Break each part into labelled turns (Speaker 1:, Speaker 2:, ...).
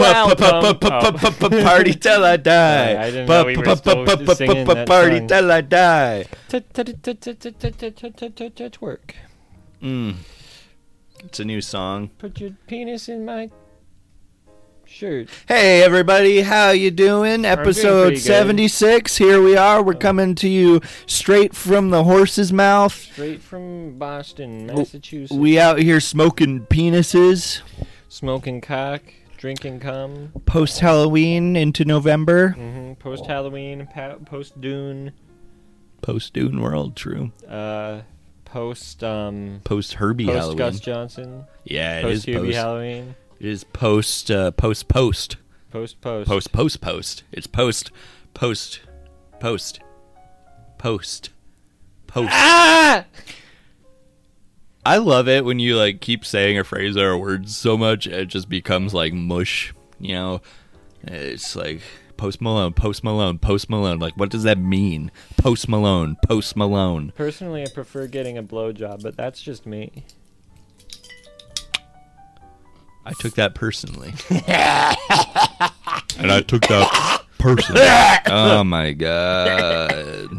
Speaker 1: Welcome.
Speaker 2: Party till I
Speaker 1: Sorry, Oh. I
Speaker 2: die.
Speaker 1: didn't know we were still singing that
Speaker 2: Party
Speaker 1: song.
Speaker 2: till I die.
Speaker 1: Twerk.
Speaker 2: Mm. It's a new song.
Speaker 1: Put your penis in my shirt.
Speaker 2: Hey everybody, how you doing? Episode
Speaker 1: pretty good. Oh.
Speaker 2: 76. Here we are. We're coming to you straight from the horse's mouth.
Speaker 1: Straight from Boston, Massachusetts.
Speaker 2: We out here smoking penises
Speaker 1: Smoking cock, drinking cum.
Speaker 2: post Halloween into November.
Speaker 1: hmm Post Halloween, pa- post Dune,
Speaker 2: Post Dune World, true.
Speaker 1: uh, post um,
Speaker 2: Post Herbie
Speaker 1: post
Speaker 2: Halloween.
Speaker 1: Gus Johnson,
Speaker 2: Yeah, it is
Speaker 1: post Hubie
Speaker 2: post.
Speaker 1: Halloween,
Speaker 2: it is post uh, post post.
Speaker 1: post post
Speaker 2: Post post post. It's post post post post post.
Speaker 1: Ah!
Speaker 2: I love it when you like keep saying a phrase or a word so much it just becomes like mush. You know, it's like Post Malone, Post Malone, Post Malone. Like, what does that mean? Post Malone, Post Malone.
Speaker 1: Personally, I prefer getting a blowjob, but that's just me.
Speaker 2: I took that personally.
Speaker 3: and I took that personally.
Speaker 2: oh my god.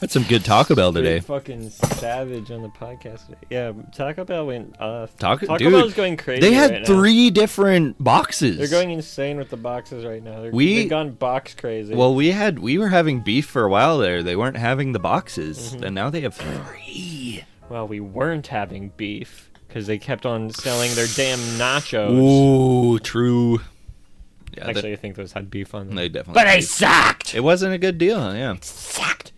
Speaker 2: That's some good Taco Bell
Speaker 1: Pretty
Speaker 2: today.
Speaker 1: fucking savage on the podcast today. Yeah, Taco Bell went off.
Speaker 2: Taco,
Speaker 1: Taco
Speaker 2: dude,
Speaker 1: Bell's going crazy.
Speaker 2: They had
Speaker 1: right now.
Speaker 2: three different boxes.
Speaker 1: They're going insane with the boxes right now. They're,
Speaker 2: We-
Speaker 1: they've gone box crazy.
Speaker 2: Well, we had we were having beef for a while there. They weren't having the boxes,
Speaker 1: Mm-hmm.
Speaker 2: and now they have three.
Speaker 1: well, we weren't having beef because they kept on selling their damn nachos.
Speaker 2: Ooh, true. Yeah,
Speaker 1: Oh, Actually, I think those had beef on
Speaker 2: they,
Speaker 1: them.
Speaker 2: they definitely. But I sucked. It wasn't a good deal. Yeah, sucked.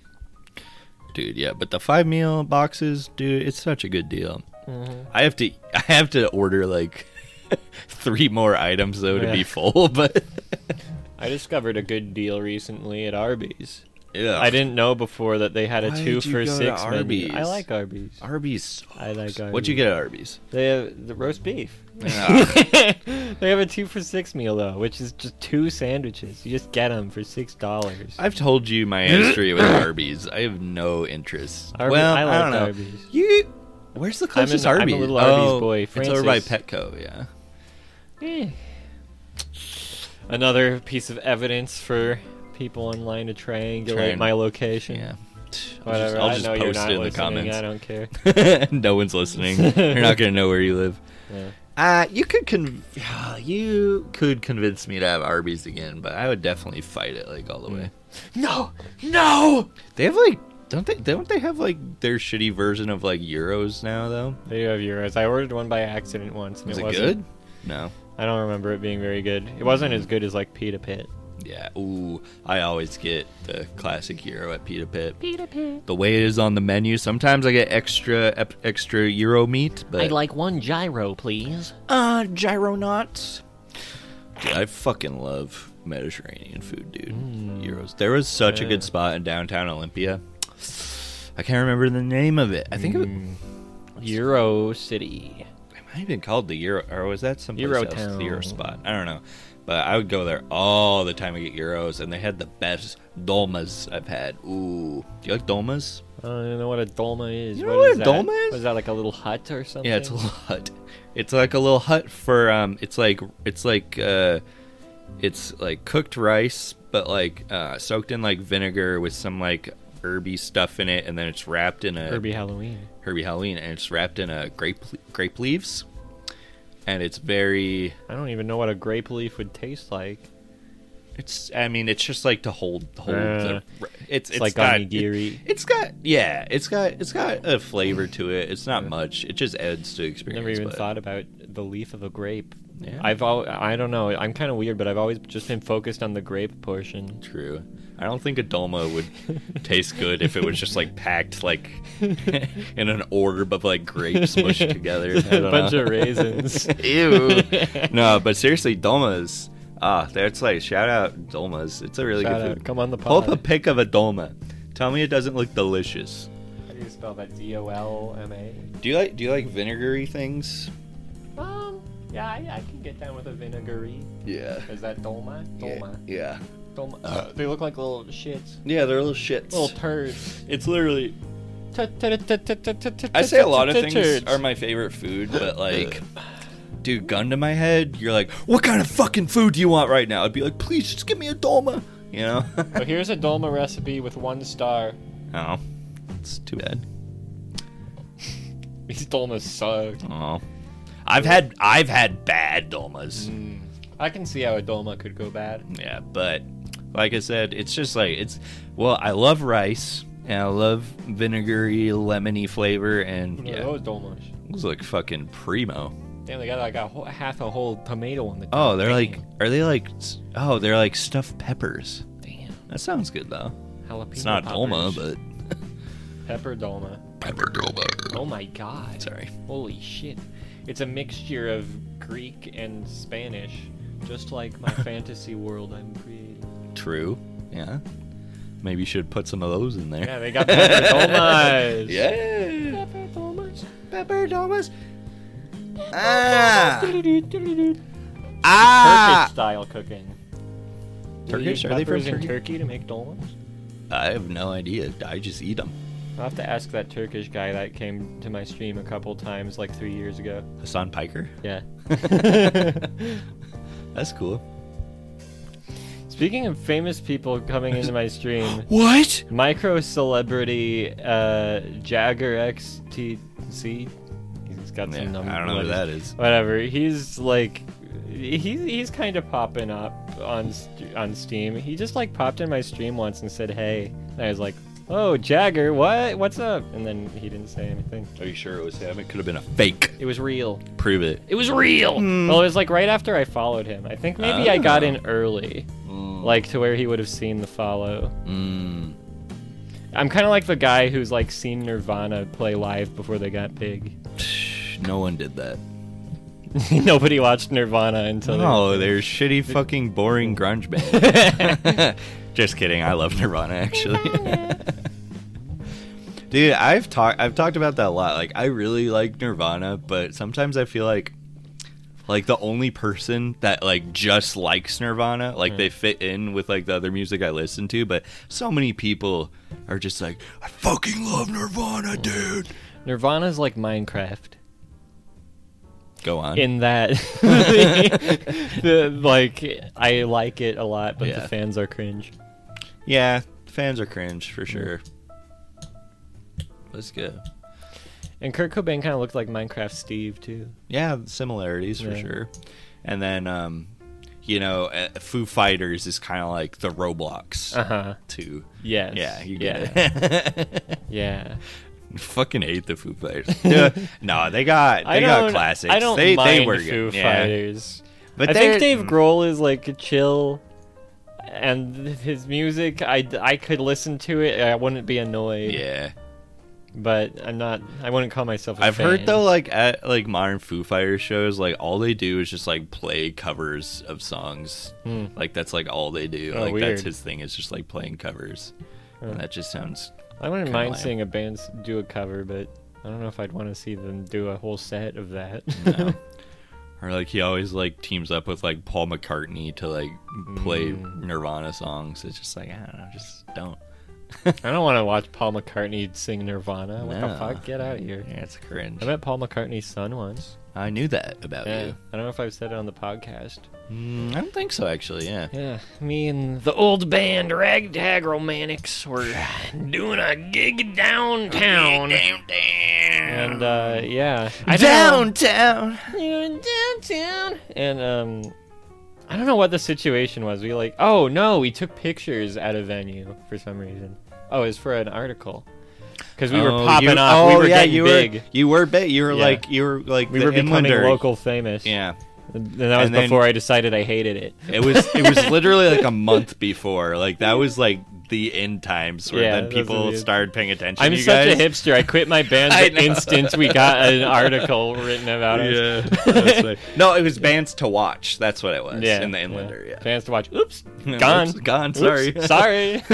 Speaker 2: Dude, yeah, but the five meal boxes, dude, it's such a good deal.
Speaker 1: Mm-hmm.
Speaker 2: I have to, I have to order like three more items though to
Speaker 1: Yeah.
Speaker 2: be full. But
Speaker 1: I discovered a good deal recently at Arby's.
Speaker 2: yeah,
Speaker 1: I didn't know before that they had a
Speaker 2: Why
Speaker 1: two
Speaker 2: did you
Speaker 1: for
Speaker 2: go to
Speaker 1: six menu.
Speaker 2: Arby's?
Speaker 1: I like Arby's.
Speaker 2: Arby's. sucks.
Speaker 1: I like Arby's.
Speaker 2: What'd you get at Arby's?
Speaker 1: They have the roast beef.
Speaker 2: Ah,
Speaker 1: they have a two for six meal though, which is just two sandwiches. You just get them for six dollars.
Speaker 2: I've told you my history with Arby's. I have no interest.
Speaker 1: Arby-
Speaker 2: well,
Speaker 1: I
Speaker 2: I,
Speaker 1: like
Speaker 2: don't know.
Speaker 1: Arby's.
Speaker 2: You, where's the closest
Speaker 1: I'm a
Speaker 2: Arby's?
Speaker 1: little Arby's
Speaker 2: Oh,
Speaker 1: boy,
Speaker 2: It's over by
Speaker 1: Francis.
Speaker 2: Petco. Yeah.
Speaker 1: Eh. Another piece of evidence for people online to triangulate
Speaker 2: Trian-
Speaker 1: my location.
Speaker 2: Yeah. I'll
Speaker 1: Whatever.
Speaker 2: just,
Speaker 1: i
Speaker 2: I'll just
Speaker 1: know you're
Speaker 2: post
Speaker 1: not
Speaker 2: it in the
Speaker 1: listening. I
Speaker 2: comments.
Speaker 1: don't care.
Speaker 2: no one's listening. You're not gonna know where you live.
Speaker 1: Yeah.
Speaker 2: Uh, you could con- you could convince me to have Arby's again, but I would definitely fight it like all the way.
Speaker 1: No, Mm. no.
Speaker 2: They have like don't they don't they have like their shitty version of like euros now though?
Speaker 1: They do have euros. I ordered one by accident once, and
Speaker 2: Is
Speaker 1: it
Speaker 2: it,
Speaker 1: wasn't.
Speaker 2: good? No.
Speaker 1: I don't remember it being very good. It wasn't as good as like Pita Pit.
Speaker 2: Yeah. Ooh, I always get the classic euro at Pita Pit. Pita Pit. The way it is on the menu, sometimes I get extra ep- extra euro meat, but
Speaker 1: like one gyro, please.
Speaker 2: Uh, gyronauts. Dude, I fucking love Mediterranean food, dude. Euros. There was such a good spot in downtown Olympia. I can't remember the name of it. I think
Speaker 1: Mm. Euro City.
Speaker 2: it, it might have been called the Euro, or was that some
Speaker 1: Eurotown.
Speaker 2: The Euro spot. I don't know. But I would go there all the time to get euros, and they had the best dolmas I've had. Ooh, do you like dolmas?
Speaker 1: I don't even know what a dolma is.
Speaker 2: You know what a
Speaker 1: that?
Speaker 2: dolma is?
Speaker 1: Was that like a little hut or something?
Speaker 2: Yeah, it's a little hut. It's like a little hut for um. It's like it's like uh, it's like cooked rice, but like uh, soaked in like vinegar with some like herby stuff in it, and then it's wrapped in a
Speaker 1: Herbie Halloween.
Speaker 2: herby Halloween, and it's wrapped in a grape grape leaves, and it's very.
Speaker 1: I don't even know what a grape leaf would taste like.
Speaker 2: It's I mean it's just like to hold hold.
Speaker 1: Uh,
Speaker 2: the, it's it's,
Speaker 1: like
Speaker 2: got,
Speaker 1: onigiri.
Speaker 2: It, has got yeah, it's got it's got a flavor to it. It's not much. It just adds to experience.
Speaker 1: Never even
Speaker 2: but-
Speaker 1: thought about the leaf of a grape.
Speaker 2: Yeah.
Speaker 1: I've al- I don't know. I'm kind of weird, but I've always just been focused on the grape portion.
Speaker 2: True. I don't think a dolma would taste good if it was just like packed like in an orb of like grapes mushed together. I
Speaker 1: A
Speaker 2: don't
Speaker 1: bunch
Speaker 2: know.
Speaker 1: of raisins.
Speaker 2: ew. no, but seriously, dolmas. Ah, that's like shout out dolmas. It's a really
Speaker 1: Shout
Speaker 2: good
Speaker 1: out.
Speaker 2: food.
Speaker 1: Come on the
Speaker 2: Pull up a
Speaker 1: pod.
Speaker 2: pic of a dolma. Tell me it doesn't look delicious.
Speaker 1: How do you spell that? D O L M A.
Speaker 2: Do you like do you like vinegary things?
Speaker 1: Um. Yeah, I, I can get down with a vinegary.
Speaker 2: Yeah.
Speaker 1: Is that dolma? Dolma.
Speaker 2: Yeah.
Speaker 1: Dolma.
Speaker 2: Uh,
Speaker 1: they look like little shits.
Speaker 2: Yeah, they're little shits.
Speaker 1: Little turds.
Speaker 2: it's literally I
Speaker 1: I
Speaker 2: say a lot of things are my favorite food, but like dude, gun to my head, you're like, what kind of fucking food do you want right now? I'd be like, please just give me a dolma. You know?
Speaker 1: Well, here's a dolma recipe with one star.
Speaker 2: oh, it's too bad.
Speaker 1: These dolmas suck.
Speaker 2: Oh, I've had I've had bad dolmas.
Speaker 1: I can see how a dolma could go bad.
Speaker 2: Yeah, but like I said, it's just like it's. Well, I love rice and I love vinegary, lemony flavor, and
Speaker 1: What are
Speaker 2: yeah,
Speaker 1: Those dolmas.
Speaker 2: those look fucking primo.
Speaker 1: Damn, they got like a whole, half a whole tomato on the. top.
Speaker 2: Oh, they're like,
Speaker 1: Damn.
Speaker 2: are they like? s- Oh, they're like stuffed peppers.
Speaker 1: Damn.
Speaker 2: That sounds good though.
Speaker 1: Jalapeno
Speaker 2: It's not dolma,
Speaker 1: poppers.
Speaker 2: but
Speaker 1: pepper dolma.
Speaker 2: pepper dolma.
Speaker 1: Oh my god.
Speaker 2: Sorry.
Speaker 1: Holy shit. It's a mixture of Greek and Spanish, just like my fantasy world I'm creating.
Speaker 2: True. Yeah. Maybe you should put some of those in there.
Speaker 1: Yeah, they got pepper dolmas.
Speaker 2: Yeah.
Speaker 1: Pepper dolmas.
Speaker 2: Pepper dolmas. Ah.
Speaker 1: Turkish
Speaker 2: Ah.
Speaker 1: style cooking. Do use
Speaker 2: Turkish? Are they from
Speaker 1: peppers in
Speaker 2: Turkey?
Speaker 1: Turkey to make dolmas?
Speaker 2: I have no idea. I just eat them.
Speaker 1: I'll have to ask that Turkish guy that came to my stream a couple times like three years ago.
Speaker 2: Hassan Piker.
Speaker 1: Yeah.
Speaker 2: That's cool.
Speaker 1: Speaking of famous people coming into my stream,
Speaker 2: What?
Speaker 1: micro celebrity uh, Jagger XTC. He's got some
Speaker 2: Yeah,
Speaker 1: number.
Speaker 2: I don't know who that is.
Speaker 1: Whatever. He's like, he's he's kind of popping up on st- on Steam. He just like popped in my stream once and said, "Hey," and I was like, "Oh, Jagger, what? What's up?" And then he didn't say anything.
Speaker 2: Are you sure it was him? It could have been a fake.
Speaker 1: It was real.
Speaker 2: Prove it.
Speaker 1: It was real.
Speaker 2: Hmm.
Speaker 1: Well, it was like right after I followed him. I think maybe I got
Speaker 2: Oh.
Speaker 1: in early,
Speaker 2: Hmm.
Speaker 1: like to where he would have seen the follow.
Speaker 2: Mm.
Speaker 1: I'm kind of like the guy who's like seen Nirvana play live before they got big.
Speaker 2: No one did that.
Speaker 1: Nobody watched Nirvana until.
Speaker 2: No, they're shitty, fucking, boring grunge band. Just kidding. I love Nirvana, actually. Dude, I've talked I've talked about that a lot. Like, I really like Nirvana, but sometimes I feel like like the only person that like just likes Nirvana, like they fit in with like the other music I listen to, but so many people are just like, I fucking love Nirvana, dude.
Speaker 1: Nirvana's like Minecraft
Speaker 2: Go on.
Speaker 1: in that, the, the- like I like it a lot, but
Speaker 2: Yeah.
Speaker 1: the fans are cringe.
Speaker 2: yeah, fans are cringe for sure. Let's go.
Speaker 1: And Kurt Cobain kind of looked like Minecraft Steve too.
Speaker 2: Yeah, similarities for
Speaker 1: Yeah.
Speaker 2: sure. And then, um, you know, uh, Foo Fighters is kind of like the Roblox
Speaker 1: Uh huh.
Speaker 2: too.
Speaker 1: Yes.
Speaker 2: Uh-huh. Yeah, you
Speaker 1: yeah.
Speaker 2: get it.
Speaker 1: Yeah.
Speaker 2: Fucking hate the Foo Fighters. Yeah. no, they got they
Speaker 1: I
Speaker 2: got
Speaker 1: don't-
Speaker 2: classics.
Speaker 1: I don't
Speaker 2: they
Speaker 1: mind
Speaker 2: they were
Speaker 1: Foo
Speaker 2: good. Yeah.
Speaker 1: Fighters.
Speaker 2: But
Speaker 1: I
Speaker 2: they're- mm,
Speaker 1: think Dave Grohl is like chill, and his music, I, I could listen to it. I wouldn't be annoyed.
Speaker 2: Yeah,
Speaker 1: But I'm not. I wouldn't call myself. a
Speaker 2: I've heard
Speaker 1: fan.
Speaker 2: though, like at like modern Foo Fighters shows, like all they do is just like play covers of songs.
Speaker 1: Hmm.
Speaker 2: Like that's like all they do.
Speaker 1: Oh,
Speaker 2: like that's
Speaker 1: weird.
Speaker 2: his thing is just like playing covers.
Speaker 1: Huh.
Speaker 2: And that just sounds
Speaker 1: I wouldn't
Speaker 2: Kinda
Speaker 1: mind
Speaker 2: lame.
Speaker 1: seeing a band s- do a cover, but I don't know if I'd want to see them do a whole set of that.
Speaker 2: No. or like he always like teams up with like Paul McCartney to like play
Speaker 1: Mm.
Speaker 2: Nirvana songs. It's just like I don't know, just don't.
Speaker 1: I don't want to watch Paul McCartney sing Nirvana. What the
Speaker 2: No.
Speaker 1: fuck? Get out of here.
Speaker 2: Yeah, it's cringe.
Speaker 1: I met Paul McCartney's son once.
Speaker 2: I knew that about
Speaker 1: Yeah.
Speaker 2: you.
Speaker 1: I don't know if I've said it on the podcast.
Speaker 2: Mm, I don't think so, actually. Yeah.
Speaker 1: Yeah, Uh, me and the old band Ragtag Romantics were doing a gig downtown. And uh, yeah, I don't
Speaker 2: Downtown.
Speaker 1: know- Doing downtown. And um, I don't know what the situation was. We like, oh no, we took pictures at a venue for some reason. Oh, it's for an article because we were
Speaker 2: Oh,
Speaker 1: popping
Speaker 2: you-
Speaker 1: off.
Speaker 2: Oh
Speaker 1: we were
Speaker 2: yeah,
Speaker 1: getting
Speaker 2: you
Speaker 1: big.
Speaker 2: were you were big. You were
Speaker 1: Yeah.
Speaker 2: like you were like
Speaker 1: we
Speaker 2: the
Speaker 1: were becoming
Speaker 2: Inlander.
Speaker 1: local famous.
Speaker 2: Yeah,
Speaker 1: and that was
Speaker 2: And then-
Speaker 1: before I decided I hated it.
Speaker 2: it was it was literally like a month before. Like that was like the end times where
Speaker 1: Yeah,
Speaker 2: then
Speaker 1: those are
Speaker 2: people
Speaker 1: the-
Speaker 2: started paying attention.
Speaker 1: I'm
Speaker 2: you
Speaker 1: such
Speaker 2: guys.
Speaker 1: a hipster. I quit my band
Speaker 2: I
Speaker 1: the
Speaker 2: know.
Speaker 1: instant we got an article written about us.
Speaker 2: Yeah. that's right. no, it was bands to watch. That's what it was.
Speaker 1: Yeah,
Speaker 2: In the Inlander, yeah.
Speaker 1: Fans to watch. Oops,
Speaker 2: Yeah,
Speaker 1: gone.
Speaker 2: oops, gone,
Speaker 1: Oops,
Speaker 2: sorry.
Speaker 1: sorry.
Speaker 2: Sorry.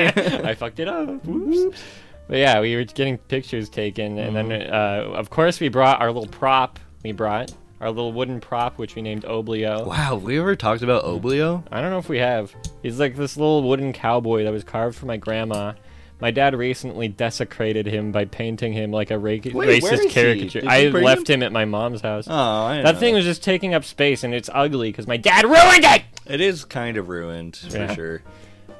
Speaker 1: I fucked it up. Oops. But yeah, we were getting pictures taken, and then uh,
Speaker 2: Mm-hmm.
Speaker 1: of course we brought our little prop. We brought our little wooden prop, which we named Oblio.
Speaker 2: Wow, we ever talked about
Speaker 1: Mm-hmm.
Speaker 2: Oblio?
Speaker 1: I don't know if we have. He's like this little wooden cowboy that was carved for my grandma. My dad recently desecrated him by painting him like a ra-
Speaker 2: where is
Speaker 1: racist
Speaker 2: he?
Speaker 1: caricature.
Speaker 2: Did you
Speaker 1: I
Speaker 2: bring
Speaker 1: left him? at my mom's house.
Speaker 2: Oh, I
Speaker 1: that thing was just taking up space, and it's ugly because my dad ruined it.
Speaker 2: It is kind of ruined
Speaker 1: Yeah.
Speaker 2: for sure.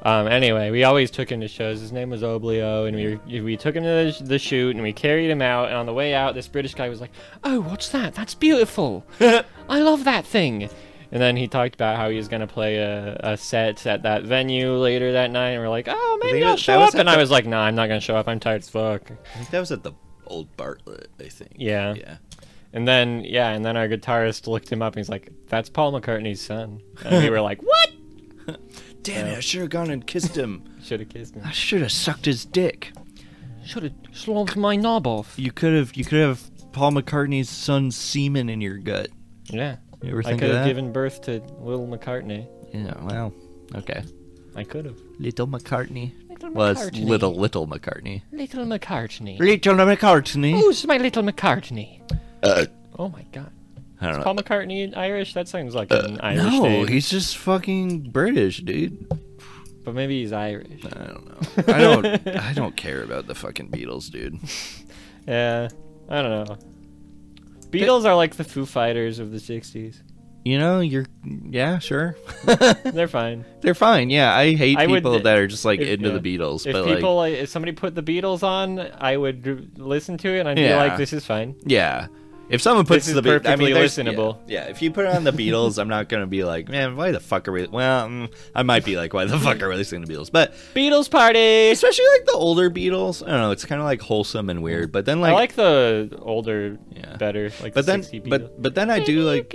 Speaker 1: Um, anyway, we always took him to shows. His name was Oblio, and we we took him to the, the shoot, and we carried him out. And on the way out, this British guy was like, "Oh, what's that? That's beautiful. I love that thing." And then he talked about how he was gonna play a, a set at that venue later that night, and we're like, "Oh, maybe
Speaker 2: think
Speaker 1: I'll
Speaker 2: that-
Speaker 1: show
Speaker 2: that was
Speaker 1: up."
Speaker 2: at
Speaker 1: And I
Speaker 2: the-
Speaker 1: was like, "Nah, I'm not gonna show up. I'm tired as fuck."
Speaker 2: I think that was at the old Bartlett, I think.
Speaker 1: Yeah.
Speaker 2: Yeah.
Speaker 1: And then yeah, and then our guitarist looked him up, and he's like, "That's Paul McCartney's son." And we were like, "What?"
Speaker 2: Damn it, I should have gone and kissed him.
Speaker 1: Should have kissed him.
Speaker 2: I should have sucked his dick.
Speaker 1: Should have slumped my knob off.
Speaker 2: You could have you could have Paul McCartney's son's semen in your gut.
Speaker 1: Yeah.
Speaker 2: You ever
Speaker 1: I
Speaker 2: think
Speaker 1: could
Speaker 2: of
Speaker 1: have
Speaker 2: that?
Speaker 1: given birth to little McCartney.
Speaker 2: yeah, well. Okay.
Speaker 1: I could have.
Speaker 2: Little McCartney.
Speaker 1: Little
Speaker 2: Well, it's
Speaker 1: McCartney.
Speaker 2: little little McCartney.
Speaker 1: Little McCartney.
Speaker 2: Little McCartney.
Speaker 1: Who's my little McCartney? oh my god.
Speaker 2: Uh, I don't
Speaker 1: Paul
Speaker 2: know.
Speaker 1: McCartney Irish? That sounds like an Irish
Speaker 2: Uh, no,
Speaker 1: name.
Speaker 2: he's just fucking British, dude.
Speaker 1: But maybe he's Irish.
Speaker 2: I don't know. I don't. I don't care about the fucking Beatles, dude.
Speaker 1: Yeah. I don't know. Beatles are like the Foo Fighters of the 60s.
Speaker 2: You know, you're. Yeah, sure.
Speaker 1: They're fine.
Speaker 2: They're fine. Yeah, I hate
Speaker 1: I would-
Speaker 2: people that are just like
Speaker 1: if-
Speaker 2: into
Speaker 1: yeah.
Speaker 2: the Beatles,
Speaker 1: If
Speaker 2: but
Speaker 1: people,
Speaker 2: like,
Speaker 1: like, if somebody put the Beatles on, I would r- listen to it and I'd
Speaker 2: Yeah.
Speaker 1: be like, this is fine.
Speaker 2: yeah. If someone puts
Speaker 1: is
Speaker 2: the Beatles, I
Speaker 1: perfectly
Speaker 2: mean, there's-
Speaker 1: listenable.
Speaker 2: Yeah, yeah, if you put on the Beatles, I'm not gonna be like, man, why the fuck are we? Well, mm, I might be like, why the fuck are we listening to Beatles? But
Speaker 1: Beatles party!
Speaker 2: especially like the older Beatles, I don't know. It's kind of like wholesome and weird. But then like,
Speaker 1: I like the older,
Speaker 2: Yeah.
Speaker 1: better. Like
Speaker 2: but
Speaker 1: the
Speaker 2: then
Speaker 1: 60 Beatles.
Speaker 2: but but then I do like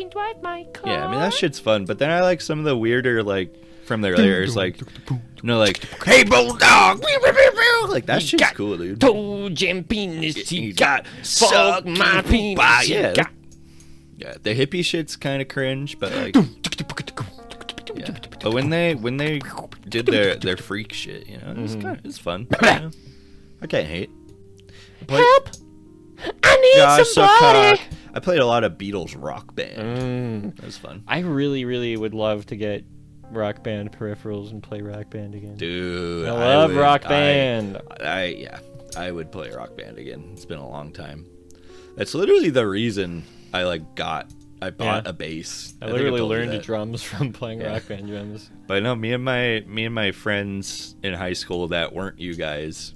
Speaker 2: Yeah, I mean that shit's fun, but then I like some of the weirder like from their layers, like you know, like hey bulldog, wee, wee, wee, wee. like that shit's cool, dude.
Speaker 1: told him penis he
Speaker 2: You
Speaker 1: got. Fuck my penis
Speaker 2: Bah,
Speaker 1: he
Speaker 2: yeah,
Speaker 1: got.
Speaker 2: yeah. The hippie shit's kind of cringe, but like, yeah. but when they when they did their their freak shit, you know, it
Speaker 1: Mm-hmm.
Speaker 2: was kind of it's fun. you know? I can't hate. Play-
Speaker 1: Help! I need
Speaker 2: Gosh, so
Speaker 1: somebody!
Speaker 2: cock. I played a lot of Beatles rock band.
Speaker 1: Mm,
Speaker 2: That was fun,
Speaker 1: I really, really would love to get Rock Band peripherals and play Rock Band again.
Speaker 2: dude.
Speaker 1: I love
Speaker 2: would-
Speaker 1: Rock
Speaker 2: I-
Speaker 1: Band.
Speaker 2: I yeah, I would play rock band again. It's been a long time. That's literally the reason I like got I bought
Speaker 1: Yeah.
Speaker 2: a bass.
Speaker 1: I,
Speaker 2: think
Speaker 1: literally
Speaker 2: told you
Speaker 1: learned
Speaker 2: that.
Speaker 1: drums from playing
Speaker 2: Yeah.
Speaker 1: Rock Band drums.
Speaker 2: But no, me and my me and my friends in high school that weren't you guys,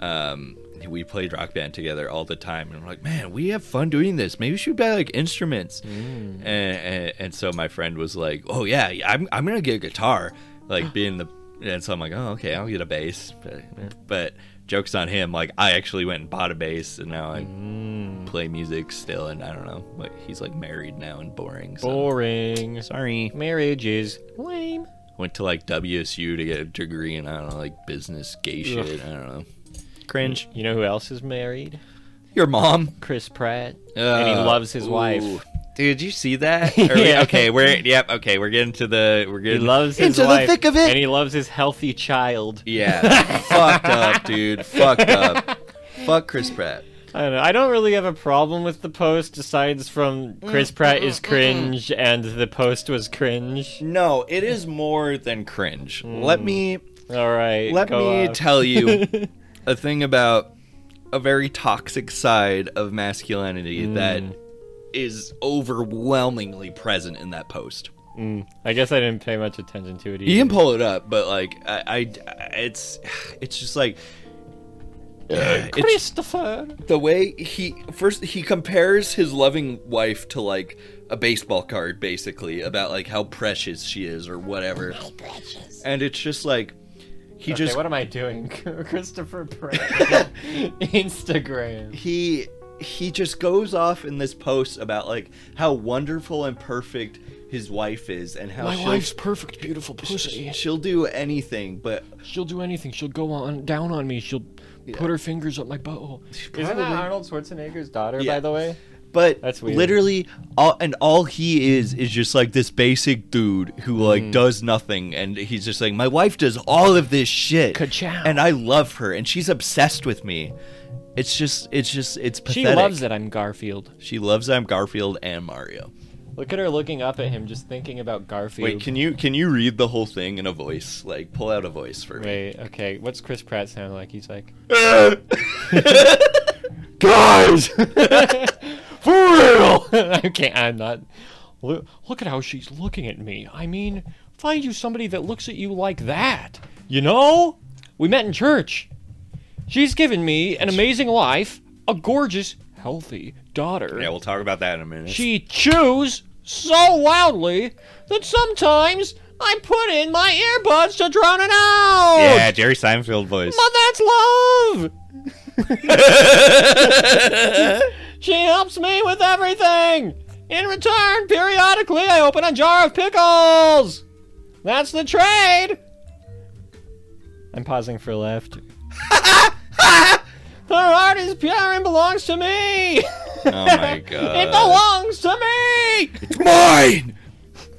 Speaker 2: um, we played rock band together all the time, and we're like, man, we have fun doing this. Maybe we should buy like instruments.
Speaker 1: Mm.
Speaker 2: And, and and so my friend was like, oh yeah, yeah, I'm I'm gonna get a guitar, like being the. And so I'm like, oh okay, I'll get a bass. But, but jokes on him. Like I actually went and bought a bass, and now I
Speaker 1: Mm.
Speaker 2: play music still. And I don't know, but he's like married now and boring. So.
Speaker 1: Boring.
Speaker 2: Sorry
Speaker 1: Marriage is lame.
Speaker 2: went to like WSU to get a degree in I don't know like business gay shit. I don't know. Cringe.
Speaker 1: You know who else is married?
Speaker 2: Your mom.
Speaker 1: Chris Pratt. and he loves his wife.
Speaker 2: Dude, did you see that?
Speaker 1: Yeah.
Speaker 2: Are we- okay, we're yep. Okay, we're getting to the we're
Speaker 1: He
Speaker 2: getting
Speaker 1: loves his
Speaker 2: into
Speaker 1: wife,
Speaker 2: the thick of it.
Speaker 1: and he loves his healthy child.
Speaker 2: yeah, fucked up, dude. Fucked up. Fuck Chris Pratt.
Speaker 1: I don't know. I don't really have a problem with the post, aside from Chris Pratt is cringe and the post was cringe.
Speaker 2: No, it is more than cringe. Let me
Speaker 1: All right,
Speaker 2: let
Speaker 1: go
Speaker 2: me
Speaker 1: off.
Speaker 2: tell you a thing about a very toxic side of masculinity that is overwhelmingly present in that post.
Speaker 1: Mm, I guess I didn't pay much attention to it. Either.
Speaker 2: You can pull it up, but like I, I it's it's just like it's
Speaker 1: Christopher.
Speaker 2: the way he first he compares his loving wife to like a baseball card basically about like how precious she is or whatever. And it's just like he
Speaker 1: Okay,
Speaker 2: just
Speaker 1: what am I doing, Christopher Pratt? Instagram.
Speaker 2: he he just goes off in this post about like how wonderful and perfect his wife is and how she'll,
Speaker 1: perfect, beautiful pussy.
Speaker 2: she'll do anything but
Speaker 1: She'll do anything. She'll go on down on me. She'll put her fingers up my butthole. Isn't that
Speaker 2: Probably.
Speaker 1: Arnold Schwarzenegger's daughter, by
Speaker 2: Yeah.
Speaker 1: the way?
Speaker 2: but
Speaker 1: That's weird.
Speaker 2: literally all and all he is is just like this basic dude who like
Speaker 1: Mm.
Speaker 2: does nothing and he's just like my wife does all of this shit
Speaker 1: Ka-chow.
Speaker 2: and I love her and she's obsessed with me it's just it's just it's
Speaker 1: She
Speaker 2: pathetic
Speaker 1: loves that I'm Garfield.
Speaker 2: she loves I'm Garfield and Mario
Speaker 1: Look at her looking up at him, just thinking about Garfield.
Speaker 2: Wait, can you can you read the whole thing in a voice? Like, pull out a voice for me.
Speaker 1: Wait, okay. What's Chris Pratt sound like? He's like,
Speaker 2: Guys, for real.
Speaker 1: okay, I'm not. Look, look at how she's looking at me. I mean, find you somebody that looks at you like that. You know, we met in church. She's given me an amazing life, a gorgeous, healthy daughter.
Speaker 2: Yeah, we'll talk about that in a minute.
Speaker 1: She chews so loudly that sometimes I put in my earbuds to drown it out.
Speaker 2: yeah, Jerry Seinfeld voice.
Speaker 1: But that's love. She helps me with everything. In return, periodically I open a jar of pickles. That's the trade. I'm pausing for laughter. Her art is pure and belongs to me.
Speaker 2: oh my god.
Speaker 1: It belongs to me! It's mine!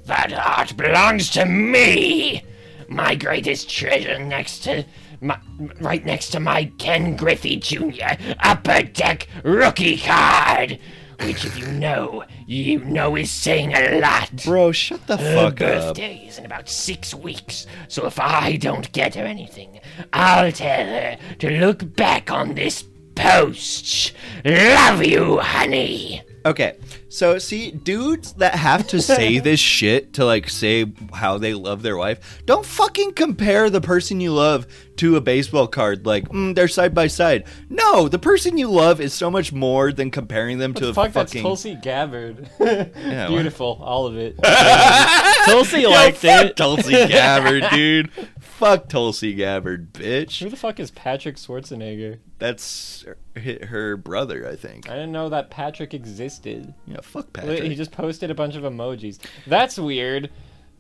Speaker 1: That art belongs to me! My greatest treasure next to my, right next to my Ken Griffey Jr. Upper Deck rookie card! Which, if you know, you know is saying a lot.
Speaker 2: Bro, shut the
Speaker 1: Her
Speaker 2: fuck up.
Speaker 1: birthday is in about six weeks, so if I don't get her anything, I'll tell her to look back on this post. Love you, honey.
Speaker 2: Okay, so see, dudes that have to say this shit to like say how they love their wife, don't fucking compare the person you love to a baseball card. Like mm, they're side by side. No, the person you love is so much more than comparing them to a
Speaker 1: Fuck, that's
Speaker 2: fucking.
Speaker 1: Tulsi Gabbard.
Speaker 2: well.
Speaker 1: Beautiful, all of it. Tulsi liked
Speaker 2: fuck
Speaker 1: it.
Speaker 2: Tulsi Gabbard, dude. Fuck Tulsi Gabbard, bitch.
Speaker 1: Who the fuck is Patrick Schwarzenegger?
Speaker 2: That's her, her brother, I think.
Speaker 1: I didn't know that Patrick existed.
Speaker 2: Yeah, fuck
Speaker 1: Li- He
Speaker 2: Patrick.
Speaker 1: just posted a bunch of emojis. That's weird.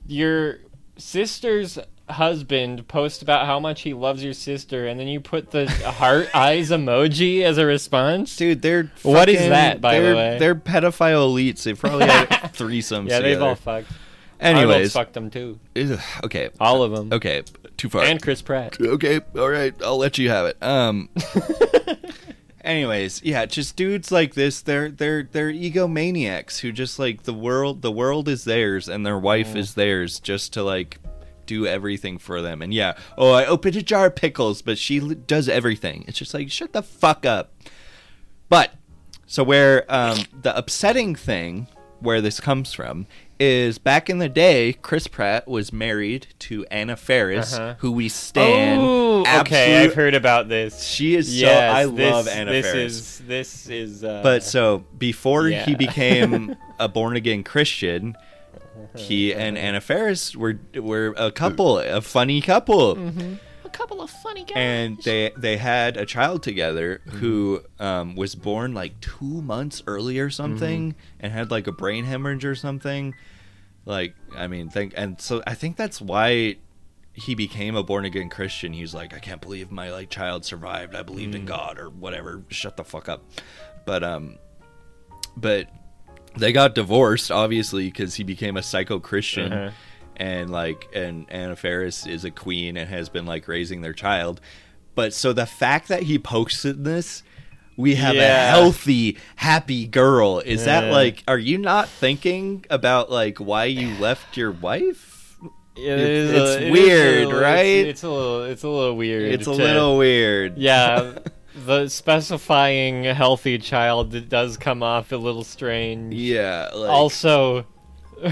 Speaker 1: Your sister's husband posts about how much he loves your sister, and then you put the heart eyes emoji as a response.
Speaker 2: Dude, they're
Speaker 1: What is
Speaker 2: fucking-
Speaker 1: that, by the
Speaker 2: they're,
Speaker 1: way?
Speaker 2: They're pedophile elites. They probably had threesomes.
Speaker 1: yeah, they've
Speaker 2: together.
Speaker 1: all fucked. Arnold's
Speaker 2: Anyways,
Speaker 1: fucked them too.
Speaker 2: Ugh, okay,
Speaker 1: All of them.
Speaker 2: okay, too far.
Speaker 1: And Chris Pratt.
Speaker 2: okay, all right, I'll let you have it. Um. anyways, yeah, just dudes like this. They're they're they're egomaniacs who just like the world. The world is theirs, and their
Speaker 1: Mm.
Speaker 2: wife is theirs, just to like do everything for them. And yeah, oh, I opened a jar of pickles, but she l- does everything. It's just like shut the fuck up. But so where um, the upsetting thing where this comes from is back in the day, Chris Pratt was married to Anna Faris,
Speaker 1: Uh-huh.
Speaker 2: who we stand.
Speaker 1: okay, I've heard about this.
Speaker 2: She is
Speaker 1: Yes,
Speaker 2: so. I
Speaker 1: this-
Speaker 2: love Anna
Speaker 1: this
Speaker 2: Faris.
Speaker 1: Is, this is. Uh,
Speaker 2: But so before
Speaker 1: Yeah.
Speaker 2: he became a born again Christian, he and Anna Faris were were a couple, a funny couple.
Speaker 1: Mm-hmm. a couple of funny guys.
Speaker 2: and they they had a child together who um, was born like two months early or something and had like a brain hemorrhage or something like i mean think and so i think that's why he became a born again christian he's like i can't believe my like child survived i believed in god or whatever shut the fuck up but um but they got divorced obviously because he became a psycho christian
Speaker 1: Uh-huh.
Speaker 2: and like and anna Faris is a queen and has been like raising their child but so the fact that he posted this we have
Speaker 1: Yeah.
Speaker 2: a healthy happy girl is that
Speaker 1: Yeah.
Speaker 2: like are you not thinking about like why you left your wife
Speaker 1: It
Speaker 2: It's-
Speaker 1: is a-
Speaker 2: it's
Speaker 1: it is a
Speaker 2: weird,
Speaker 1: little- it's-
Speaker 2: right?
Speaker 1: It's, a little, it's a little weird.
Speaker 2: it's a
Speaker 1: to-
Speaker 2: little weird
Speaker 1: Yeah, the specifying healthy child d- does come off a little strange.
Speaker 2: yeah like,
Speaker 1: Also,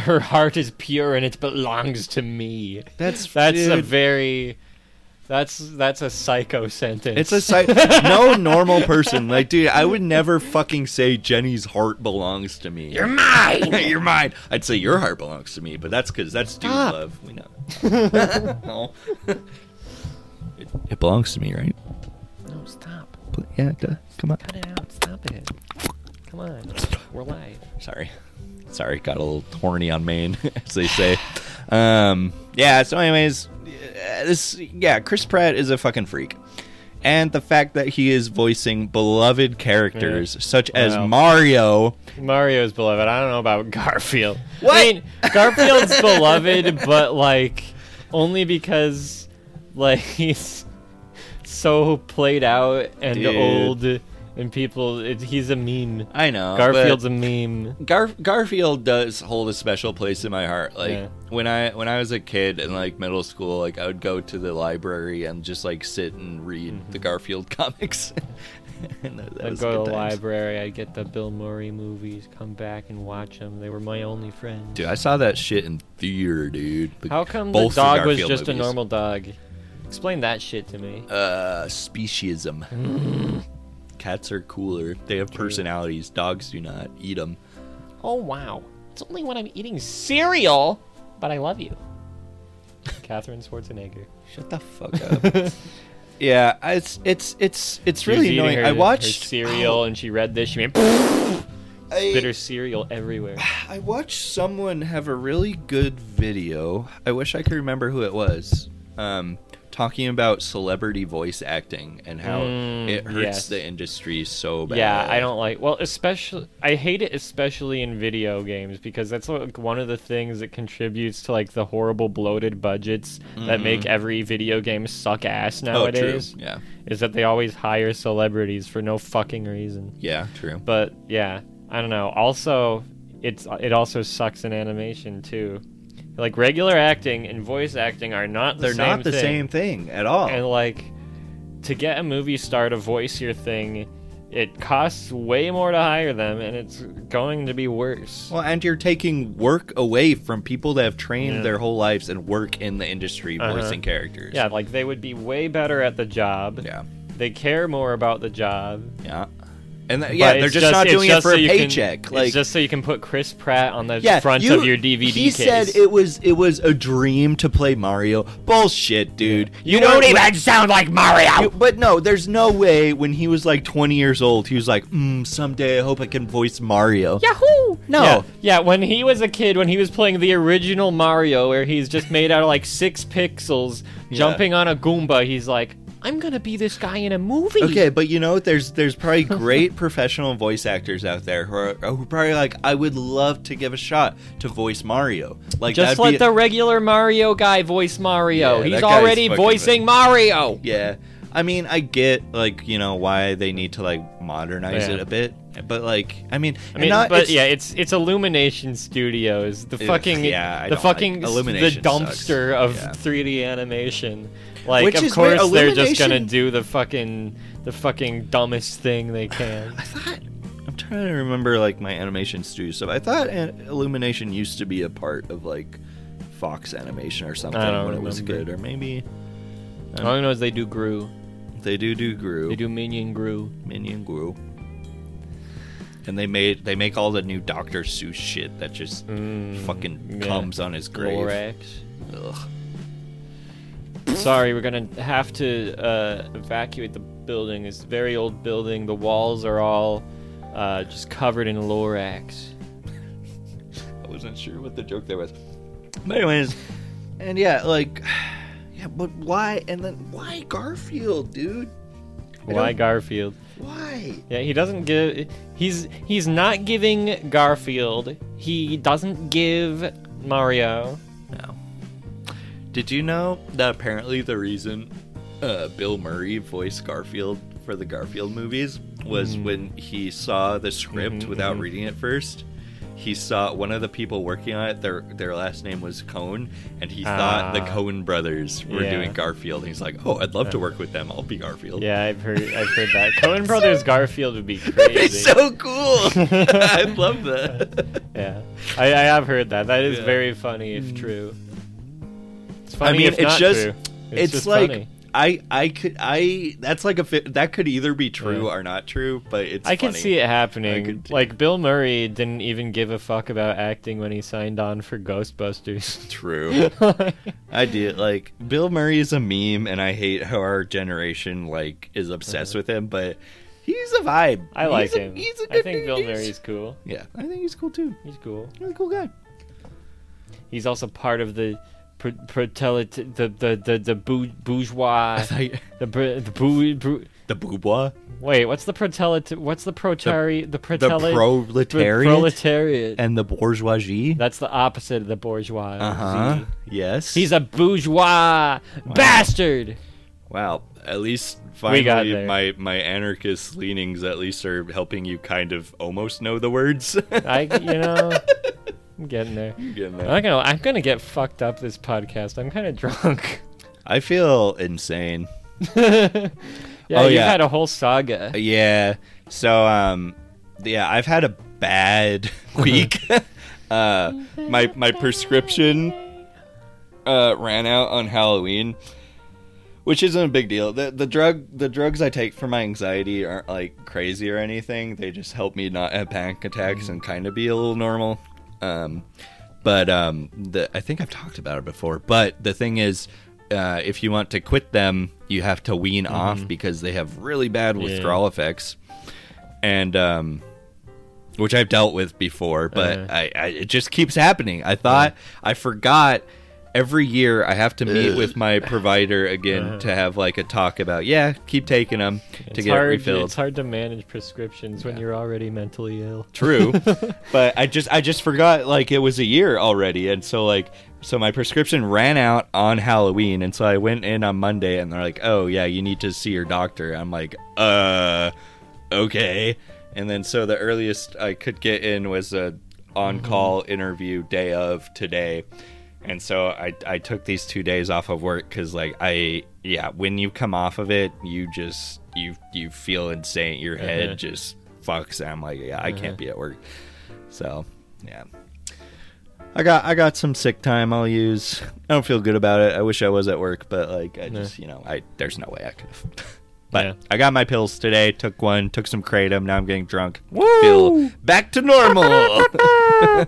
Speaker 1: her heart is pure and it belongs to me.
Speaker 2: that's
Speaker 1: That's a
Speaker 2: dude,
Speaker 1: very, that's that's a psycho sentence.
Speaker 2: It's a site. no normal person, like, dude, I would never fucking say Jenny's heart belongs to me. You're mine. You're mine. I'd say your heart belongs to me, but that's because that's dude
Speaker 1: Stop.
Speaker 2: love. We know. No. it, it belongs to me, right?
Speaker 1: no stop.
Speaker 2: Pl- Yeah. Duh. Come on.
Speaker 1: Cut it out. Stop it. Come on. We're live.
Speaker 2: Sorry. Sorry, got a little horny on Maine, as they say. Um, yeah, so, anyways, uh, this, yeah, Chris Pratt is a fucking freak. And the fact that he is voicing beloved characters such as
Speaker 1: Wow.
Speaker 2: Mario.
Speaker 1: Mario's beloved. I don't know about Garfield.
Speaker 2: What?
Speaker 1: I mean, Garfield's beloved, but like only because like he's so played out and
Speaker 2: Dude.
Speaker 1: old and people. It, he's a meme.
Speaker 2: I know. but-
Speaker 1: Garfield's a meme.
Speaker 2: Gar- Garfield does hold a special place in my heart. Like
Speaker 1: Yeah.
Speaker 2: when I when I was a kid in like middle school, like I would go to the library and just like sit and read the Garfield comics. and that, that
Speaker 1: Mm-hmm. I'd
Speaker 2: was
Speaker 1: go to
Speaker 2: good
Speaker 1: the
Speaker 2: times.
Speaker 1: library. I'd get the Bill Murray movies. Come back and watch them. They were my only friends.
Speaker 2: Dude, I saw that shit in theater, dude. The-
Speaker 1: How come the
Speaker 2: both
Speaker 1: dog was
Speaker 2: Garfield
Speaker 1: just a
Speaker 2: movies.
Speaker 1: normal dog? Explain that shit to me.
Speaker 2: uh speciesism?
Speaker 1: Mm.
Speaker 2: Cats are cooler. They have personalities. Dogs do not eat them.
Speaker 1: Oh wow! It's only when I'm eating cereal, but I love you. Catherine Schwarzenegger.
Speaker 2: Shut the fuck up. yeah, it's it's it's it's
Speaker 1: She was
Speaker 2: really
Speaker 1: eating
Speaker 2: annoying.
Speaker 1: her-
Speaker 2: I
Speaker 1: her
Speaker 2: watched
Speaker 1: cereal and she read this. She went
Speaker 2: I-
Speaker 1: bitter cereal everywhere.
Speaker 2: I watched someone have a really good video. I wish I could remember who it was. Um, talking about celebrity voice acting and how
Speaker 1: Mm,
Speaker 2: it hurts
Speaker 1: yes.
Speaker 2: the industry so bad.
Speaker 1: Yeah, I don't like. Well, especially I hate it, especially in video games because that's like one of the things that contributes to like the horrible bloated budgets that make every video game suck ass
Speaker 2: Mm-hmm. Oh, true.
Speaker 1: nowadays.
Speaker 2: Yeah,
Speaker 1: Is that they always hire celebrities for no fucking reason.
Speaker 2: yeah, true.
Speaker 1: But yeah, I don't know. Also, it's it also sucks in animation too. Like regular acting and voice acting are not the
Speaker 2: They're
Speaker 1: same
Speaker 2: not the
Speaker 1: thing.
Speaker 2: same thing at all.
Speaker 1: and like to get a movie star to voice your thing it costs way more to hire them and it's going to be worse
Speaker 2: well, and you're taking work away from people that have trained
Speaker 1: Yeah.
Speaker 2: their whole lives and work in the industry
Speaker 1: Uh-huh.
Speaker 2: voicing characters.
Speaker 1: yeah like they would be way better at the job
Speaker 2: yeah,
Speaker 1: they care more about the job
Speaker 2: yeah. And th-
Speaker 1: but
Speaker 2: yeah, they're
Speaker 1: it's
Speaker 2: just, not
Speaker 1: it's
Speaker 2: doing
Speaker 1: just
Speaker 2: it for
Speaker 1: so
Speaker 2: a
Speaker 1: you can-
Speaker 2: paycheck. like
Speaker 1: it's just so you can put chris pratt on the
Speaker 2: yeah,
Speaker 1: front
Speaker 2: you-
Speaker 1: of your dvd
Speaker 2: He
Speaker 1: case
Speaker 2: said it was it was a dream to play Mario. Bullshit, dude.
Speaker 1: You don't
Speaker 2: weren't-
Speaker 1: even sound like Mario.
Speaker 2: you- but no, there's no way. When he was like 20 years old, he was like, mm, "Someday I hope I can voice Mario."
Speaker 1: Yahoo!
Speaker 2: No.
Speaker 1: Yeah, yeah, when he was a kid, when he was playing the original Mario, where he's just made out of like six pixels, jumping on a Goomba, he's like, I'm gonna be this guy in a movie.
Speaker 2: Okay, but you know, there's there's probably great professional voice actors out there who are who are probably like, "I would love to give a shot to voice Mario." Like
Speaker 1: Just
Speaker 2: that'd
Speaker 1: let
Speaker 2: be,
Speaker 1: the regular Mario guy voice Mario.
Speaker 2: Yeah,
Speaker 1: he's
Speaker 2: that guy's
Speaker 1: already
Speaker 2: fucking
Speaker 1: voicing Mario.
Speaker 2: Yeah. I mean, I get like, you know, why they need to like modernize
Speaker 1: Yeah.
Speaker 2: it a bit, but like, I mean,
Speaker 1: I mean,
Speaker 2: not,
Speaker 1: but
Speaker 2: it's-
Speaker 1: yeah, it's it's Illumination Studios, the
Speaker 2: Ugh,
Speaker 1: fucking
Speaker 2: yeah, I
Speaker 1: the
Speaker 2: don't like-
Speaker 1: fucking s-
Speaker 2: Illumination
Speaker 1: the dumpster
Speaker 2: sucks.
Speaker 1: of
Speaker 2: Yeah.
Speaker 1: 3D animation. Like,
Speaker 2: Which
Speaker 1: of
Speaker 2: is weird,
Speaker 1: course, they're just gonna
Speaker 2: Illumination-
Speaker 1: do the fucking the fucking dumbest thing they can.
Speaker 2: I thought I'm trying to remember like my animation studio stuff. I thought an- Illumination used to be a part of like Fox Animation or something
Speaker 1: I
Speaker 2: when
Speaker 1: don't
Speaker 2: it was
Speaker 1: remember.
Speaker 2: good, or maybe
Speaker 1: All I know is they do Gru.
Speaker 2: they do do Gru,
Speaker 1: They do Minion Gru.
Speaker 2: Minion Gru, and they made they make all the new Doctor Seuss shit that just fucking
Speaker 1: Mm, yeah.
Speaker 2: comes on his grave.
Speaker 1: Lorax.
Speaker 2: Ugh.
Speaker 1: Sorry, we're gonna have to uh, evacuate the building. It's a very old building. The walls are all uh, just covered in Lorax.
Speaker 2: I wasn't sure what the joke there was, but anyways, and yeah, like. Yeah, but why? And then why Garfield, dude? I
Speaker 1: Why
Speaker 2: don't-
Speaker 1: Garfield?
Speaker 2: Why?
Speaker 1: Yeah, he doesn't give. He's he's not giving Garfield. He doesn't give Mario.
Speaker 2: No. Did you know that apparently the reason uh, Bill Murray voiced Garfield for the Garfield movies was
Speaker 1: Hmm.
Speaker 2: when he saw the script
Speaker 1: Mhm,
Speaker 2: without
Speaker 1: mhm.
Speaker 2: reading it first? He saw one of the people working on it. Their their last name was Cohn, and he thought the
Speaker 1: Ah.
Speaker 2: Cohn brothers were
Speaker 1: Yeah.
Speaker 2: doing Garfield. He's like, "Oh, I'd love to work with them. I'll be Garfield."
Speaker 1: Yeah, I've heard I've heard that. Cohen Brothers Garfield would be crazy.
Speaker 2: it's so cool. I love that.
Speaker 1: Yeah, I, I have heard that. That is
Speaker 2: Yeah.
Speaker 1: very funny if true. It's funny.
Speaker 2: I mean,
Speaker 1: if
Speaker 2: it's
Speaker 1: not
Speaker 2: just
Speaker 1: true.
Speaker 2: it's,
Speaker 1: just
Speaker 2: like
Speaker 1: funny.
Speaker 2: I I could I that's like a fi- that could either be true
Speaker 1: Yeah.
Speaker 2: or not true, but it's
Speaker 1: I can
Speaker 2: funny.
Speaker 1: see it
Speaker 2: I
Speaker 1: happening.
Speaker 2: could-
Speaker 1: Like Bill Murray didn't even give a fuck about acting when he signed on for Ghostbusters.
Speaker 2: true. I do like Bill Murray is a meme, and I hate how our generation like is obsessed with him, but he's a vibe.
Speaker 1: Uh-huh. I like
Speaker 2: He's a-
Speaker 1: him.
Speaker 2: he's a
Speaker 1: I
Speaker 2: good
Speaker 1: think
Speaker 2: dude.
Speaker 1: Bill
Speaker 2: He's-
Speaker 1: Murray's cool.
Speaker 2: yeah, I think he's cool too.
Speaker 1: He's cool.
Speaker 2: He's a cool guy.
Speaker 1: He's also part of the pr- protelit- the the the, the bou- bourgeois the br- the bou- bou-
Speaker 2: the boubois,
Speaker 1: wait what's the protelit what's the protari the,
Speaker 2: the
Speaker 1: protelit
Speaker 2: proletariat,
Speaker 1: proletariat
Speaker 2: and the bourgeoisie. Uh-huh.
Speaker 1: That's the opposite of the bourgeois.
Speaker 2: Uh huh. Yes.
Speaker 1: He's a bourgeois bastard.
Speaker 2: Wow. At least
Speaker 1: We got
Speaker 2: finally
Speaker 1: there.
Speaker 2: my my anarchist leanings at least are helping you kind of almost know the words.
Speaker 1: I, you know, I'm getting there.
Speaker 2: Getting
Speaker 1: I'm
Speaker 2: there.
Speaker 1: not gonna. I'm gonna get fucked up this podcast. I'm kind of drunk.
Speaker 2: I feel insane.
Speaker 1: yeah,
Speaker 2: Oh,
Speaker 1: you
Speaker 2: yeah.
Speaker 1: had a whole saga.
Speaker 2: Yeah. So um yeah, I've had a bad week. uh my my prescription uh ran out on Halloween, which isn't a big deal. The the drug the drugs I take for my anxiety aren't like crazy or anything. They just help me not have panic attacks and kind of be a little normal. Um but um the I think I've talked about it before, but the thing is uh, if you want to quit them, you have to wean
Speaker 1: Mm-hmm.
Speaker 2: off because they have really bad withdrawal effects, and um, which I've dealt with before, but
Speaker 1: Uh-huh.
Speaker 2: I, I it just keeps happening. I thought I forgot every year I have to meet with my provider again to have like a talk about yeah, keep taking them to
Speaker 1: Uh-huh. It's
Speaker 2: get it
Speaker 1: hard,
Speaker 2: refilled.
Speaker 1: It's hard to manage prescriptions when you're already mentally ill.
Speaker 2: True, but I just I just forgot like it was a year already, and so like so my prescription ran out on Halloween, and so I went in on Monday, and they're like, "Oh yeah, you need to see your doctor." I'm like, "Uh, okay," and then so the earliest I could get in was a on call interview day of today, and so I I took these two days off of work because like I yeah when you come off of it you just you you feel insane your head
Speaker 1: Uh-huh.
Speaker 2: just fucks and I'm like yeah I can't be at work so yeah I got I got some sick time I'll use I don't feel good about it I wish I was at work but like I
Speaker 1: Yeah.
Speaker 2: just you know I there's no way I could have but
Speaker 1: Yeah.
Speaker 2: I got my pills today took one took some kratom now I'm getting drunk feel back to normal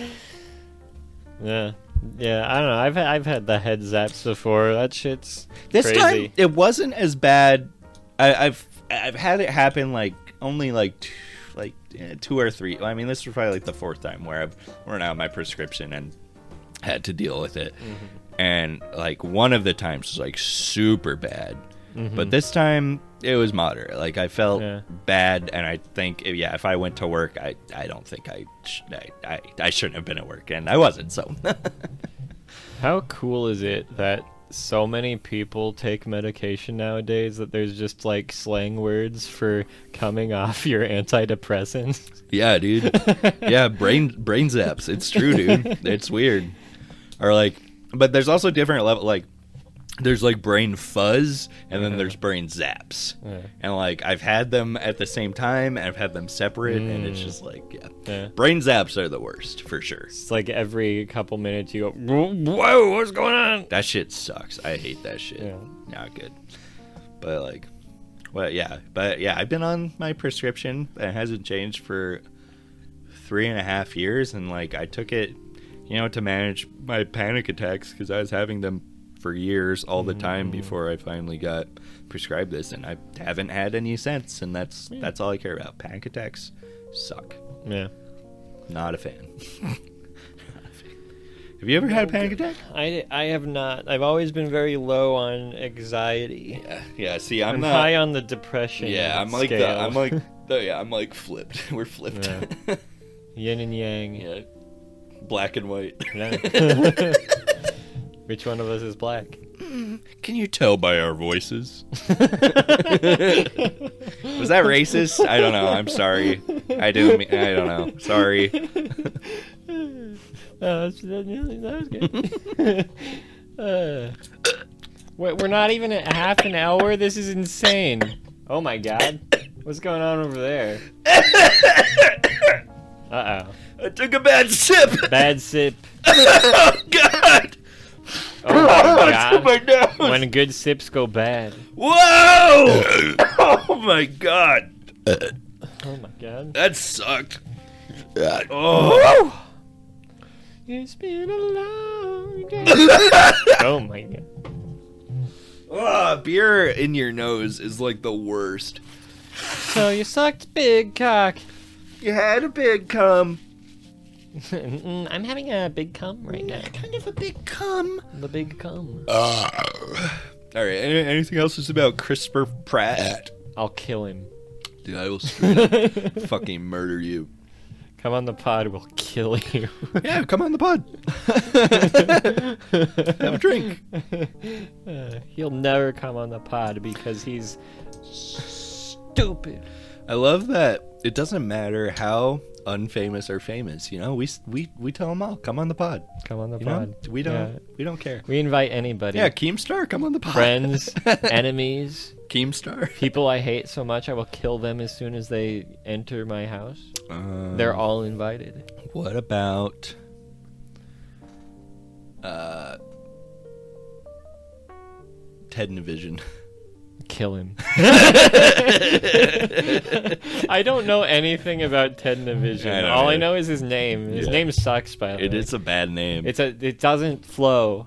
Speaker 1: Yeah, yeah. I don't know. I've had, I've had the head zaps before. That shit's
Speaker 2: This
Speaker 1: crazy.
Speaker 2: time it wasn't as bad. I, I've I've had it happen like only like two, like eh, two or three. I mean, this was probably like the fourth time where I've run out of my prescription and had to deal with it.
Speaker 1: Mm-hmm.
Speaker 2: And like one of the times was like super bad, but this time it was moderate. Like I felt
Speaker 1: Mm-hmm. Yeah.
Speaker 2: bad, and I think eh, yeah, if I went to work, I I don't think I sh- I, I I shouldn't have been at work, and I wasn't. So
Speaker 1: How cool is it that so many people take medication nowadays that there's just like slang words for coming off your antidepressants?
Speaker 2: Yeah, dude. yeah, brain brain zaps. It's true, dude. It's weird. Or like, but there's also different level. Like, there's like brain fuzz, and then there's brain zaps.
Speaker 1: Uh-huh. Yeah.
Speaker 2: And like, I've had them at the same time, and I've had them separate, and it's just like, yeah.
Speaker 1: Mm. Yeah.
Speaker 2: brain zaps are the worst for sure.
Speaker 1: It's like every couple minutes you go, "Whoa, whoa, what's going on?
Speaker 2: That shit sucks. I hate that shit.
Speaker 1: Yeah.
Speaker 2: Not good. But like, well, yeah, but yeah, I've been on my prescription. It hasn't changed for three and a half years, and like I took it, you know, to manage my panic attacks because I was having them for years all the
Speaker 1: Mm.
Speaker 2: time before I finally got prescribed this, and I haven't had any since. And that's that's all I care about. Panic attacks suck.
Speaker 1: Yeah.
Speaker 2: Not a fan. Not a fan. Have you ever had a panic attack?
Speaker 1: I, I have not. I've always been very low on anxiety.
Speaker 2: Yeah, yeah. See,
Speaker 1: I'm,
Speaker 2: I'm, not.
Speaker 1: high on the depression.
Speaker 2: Yeah, I'm like
Speaker 1: scale.
Speaker 2: the, I'm like the, yeah, I'm like flipped. We're flipped. Yeah.
Speaker 1: yin and yang.
Speaker 2: Black and white.
Speaker 1: Yeah. Which one of us is black?
Speaker 2: Can you tell by our voices?
Speaker 1: Was
Speaker 2: Was that racist? I don't know. I'm sorry. I do. me- I don't know. Sorry.
Speaker 1: no, that's, that, that was good. uh, wait, we're not even at half an hour. This is insane. Oh my god, what's going on over there? Uh oh,
Speaker 2: I took a bad sip.
Speaker 1: bad sip.
Speaker 2: oh God!
Speaker 1: Oh my
Speaker 2: It's in my
Speaker 1: god.
Speaker 2: nose.
Speaker 1: When good sips go bad.
Speaker 2: Whoa! oh my God!
Speaker 1: Oh my god.
Speaker 2: That sucked. Oh.
Speaker 1: It's been a long day. oh my god.
Speaker 2: Ugh, beer in your nose is like the worst.
Speaker 1: So you sucked big cock.
Speaker 2: You had a big cum.
Speaker 1: Mm, I'm having a big cum right now.
Speaker 2: Kind of a big cum.
Speaker 1: The big cum.
Speaker 2: All right. Any, anything else is about CRISPR Pratt?
Speaker 1: I'll kill him.
Speaker 2: Dude, I will straight up fucking murder you.
Speaker 1: Come on the pod, we'll kill you.
Speaker 2: Yeah, come on the pod. Have a drink.
Speaker 1: He'll never come on the pod because he's stupid.
Speaker 2: I love that it doesn't matter how unfamous or famous. You know, we we we tell them all, come on the pod.
Speaker 1: Come on the
Speaker 2: You know,
Speaker 1: pod.
Speaker 2: we don't
Speaker 1: Yeah.
Speaker 2: we don't care.
Speaker 1: We invite anybody.
Speaker 2: Yeah, Keemstar, come on the pod.
Speaker 1: Friends, enemies,
Speaker 2: Keemstar.
Speaker 1: people I hate so much I will kill them as soon as they enter my house.
Speaker 2: Um,
Speaker 1: They're all invited.
Speaker 2: What about uh Ted and Vision?
Speaker 1: Kill him. I don't know anything about Ted Navision.
Speaker 2: I don't
Speaker 1: all I
Speaker 2: either.
Speaker 1: know is his name. His
Speaker 2: Yeah.
Speaker 1: name sucks, by the
Speaker 2: It
Speaker 1: way.
Speaker 2: is a bad name. It's
Speaker 1: It's a. It doesn't flow.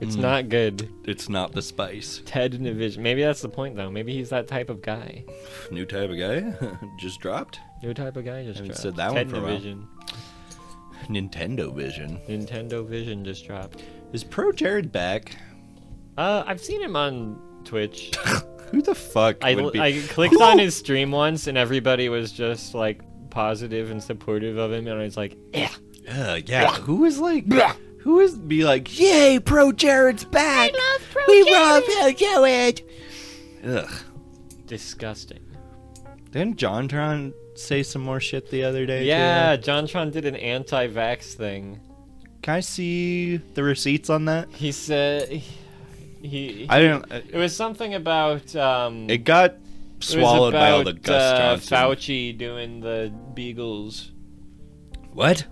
Speaker 1: It's
Speaker 2: Mm.
Speaker 1: not good.
Speaker 2: it's not the spice.
Speaker 1: Ted Navision. Maybe that's the point, though. Maybe he's that type of guy.
Speaker 2: New type of guy just dropped.
Speaker 1: New type of guy just
Speaker 2: Haven't
Speaker 1: dropped.
Speaker 2: said that
Speaker 1: Ted
Speaker 2: one for a while.
Speaker 1: Navision.
Speaker 2: Nintendo Vision.
Speaker 1: Nintendo Vision just dropped.
Speaker 2: Is Pro Jared back?
Speaker 1: Uh, I've seen him on Twitch.
Speaker 2: Who the fuck
Speaker 1: I,
Speaker 2: would be?
Speaker 1: I clicked on his stream once, and everybody was just like positive and supportive of him, and I was like, yeah.
Speaker 2: Uh, yeah. Who is like? Who is be like? Yay! Pro Jared's back. I love Pro we love Pro Jared. Ugh.
Speaker 1: disgusting.
Speaker 2: Didn't JonTron say some more shit the other day?
Speaker 1: Yeah,
Speaker 2: too?
Speaker 1: JonTron did an anti-vax thing.
Speaker 2: Can I see the receipts on that?
Speaker 1: He said he. he
Speaker 2: I didn't. uh,
Speaker 1: it was something about um.
Speaker 2: It got
Speaker 1: it was
Speaker 2: swallowed by all the
Speaker 1: about,
Speaker 2: Gus
Speaker 1: uh,
Speaker 2: Johnson.
Speaker 1: Fauci doing the beagles.
Speaker 2: What?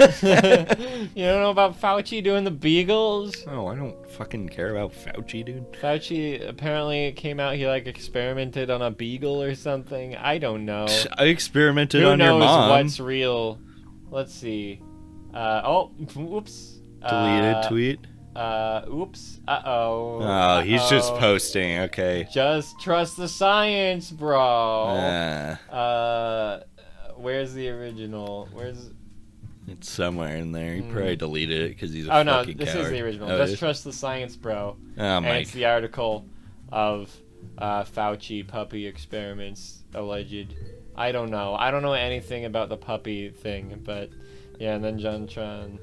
Speaker 1: you don't know about Fauci doing the beagles?
Speaker 2: Oh, I don't fucking care about Fauci, dude.
Speaker 1: Fauci apparently it came out he like experimented on a beagle or something. I don't know.
Speaker 2: I experimented
Speaker 1: Who
Speaker 2: on
Speaker 1: knows
Speaker 2: your mom.
Speaker 1: what's real? Let's see. Uh, oh, oops.
Speaker 2: Deleted
Speaker 1: Uh,
Speaker 2: tweet.
Speaker 1: Uh, oops. Uh oh.
Speaker 2: Oh, he's just posting. Okay.
Speaker 1: Just trust the science, bro.
Speaker 2: Uh,
Speaker 1: Uh, where's the original? Where's?
Speaker 2: it's somewhere in there. He probably deleted it because he's a
Speaker 1: Mm. Oh no,
Speaker 2: fucking
Speaker 1: this
Speaker 2: coward.
Speaker 1: is the original.
Speaker 2: Oh, it
Speaker 1: just
Speaker 2: is?
Speaker 1: trust the science, bro.
Speaker 2: Oh
Speaker 1: and
Speaker 2: my.
Speaker 1: it's the article of uh, Fauci puppy experiments alleged. I don't know. I don't know anything about the puppy thing, but yeah. And then John Tron,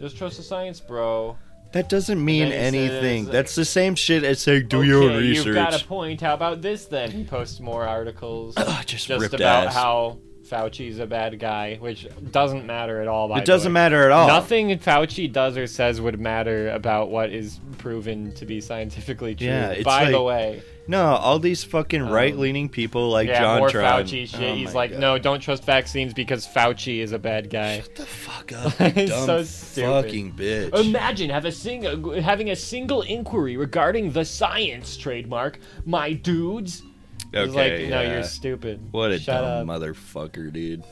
Speaker 1: just trust the science, bro.
Speaker 2: That doesn't mean
Speaker 1: And then he says,
Speaker 2: anything.
Speaker 1: uh,
Speaker 2: That's the same shit as saying do your own
Speaker 1: Okay, You've got a
Speaker 2: research.
Speaker 1: point. How about this then? He posts more articles.
Speaker 2: Ugh, just
Speaker 1: just
Speaker 2: ripped
Speaker 1: about
Speaker 2: ass.
Speaker 1: how Fauci's a bad guy, which doesn't matter at all. By
Speaker 2: it
Speaker 1: the
Speaker 2: doesn't
Speaker 1: way.
Speaker 2: matter at all.
Speaker 1: Nothing Fauci does or says would matter about what is proven to be scientifically true.
Speaker 2: Yeah, it's
Speaker 1: by the
Speaker 2: like-
Speaker 1: way,
Speaker 2: No, all these fucking right leaning people like
Speaker 1: Um, yeah,
Speaker 2: John
Speaker 1: more
Speaker 2: Trump.
Speaker 1: Fauci shit.
Speaker 2: Oh
Speaker 1: He's
Speaker 2: my
Speaker 1: like,
Speaker 2: God.
Speaker 1: no, don't trust vaccines because Fauci is a bad guy.
Speaker 2: Shut the fuck up, you
Speaker 1: It's
Speaker 2: dumb
Speaker 1: so stupid.
Speaker 2: fucking bitch.
Speaker 1: Imagine have a sing- having a single inquiry regarding the science trademark, my dudes.
Speaker 2: okay,
Speaker 1: He's like, no,
Speaker 2: yeah.
Speaker 1: you're stupid.
Speaker 2: what a
Speaker 1: Shut
Speaker 2: dumb
Speaker 1: up.
Speaker 2: motherfucker, dude.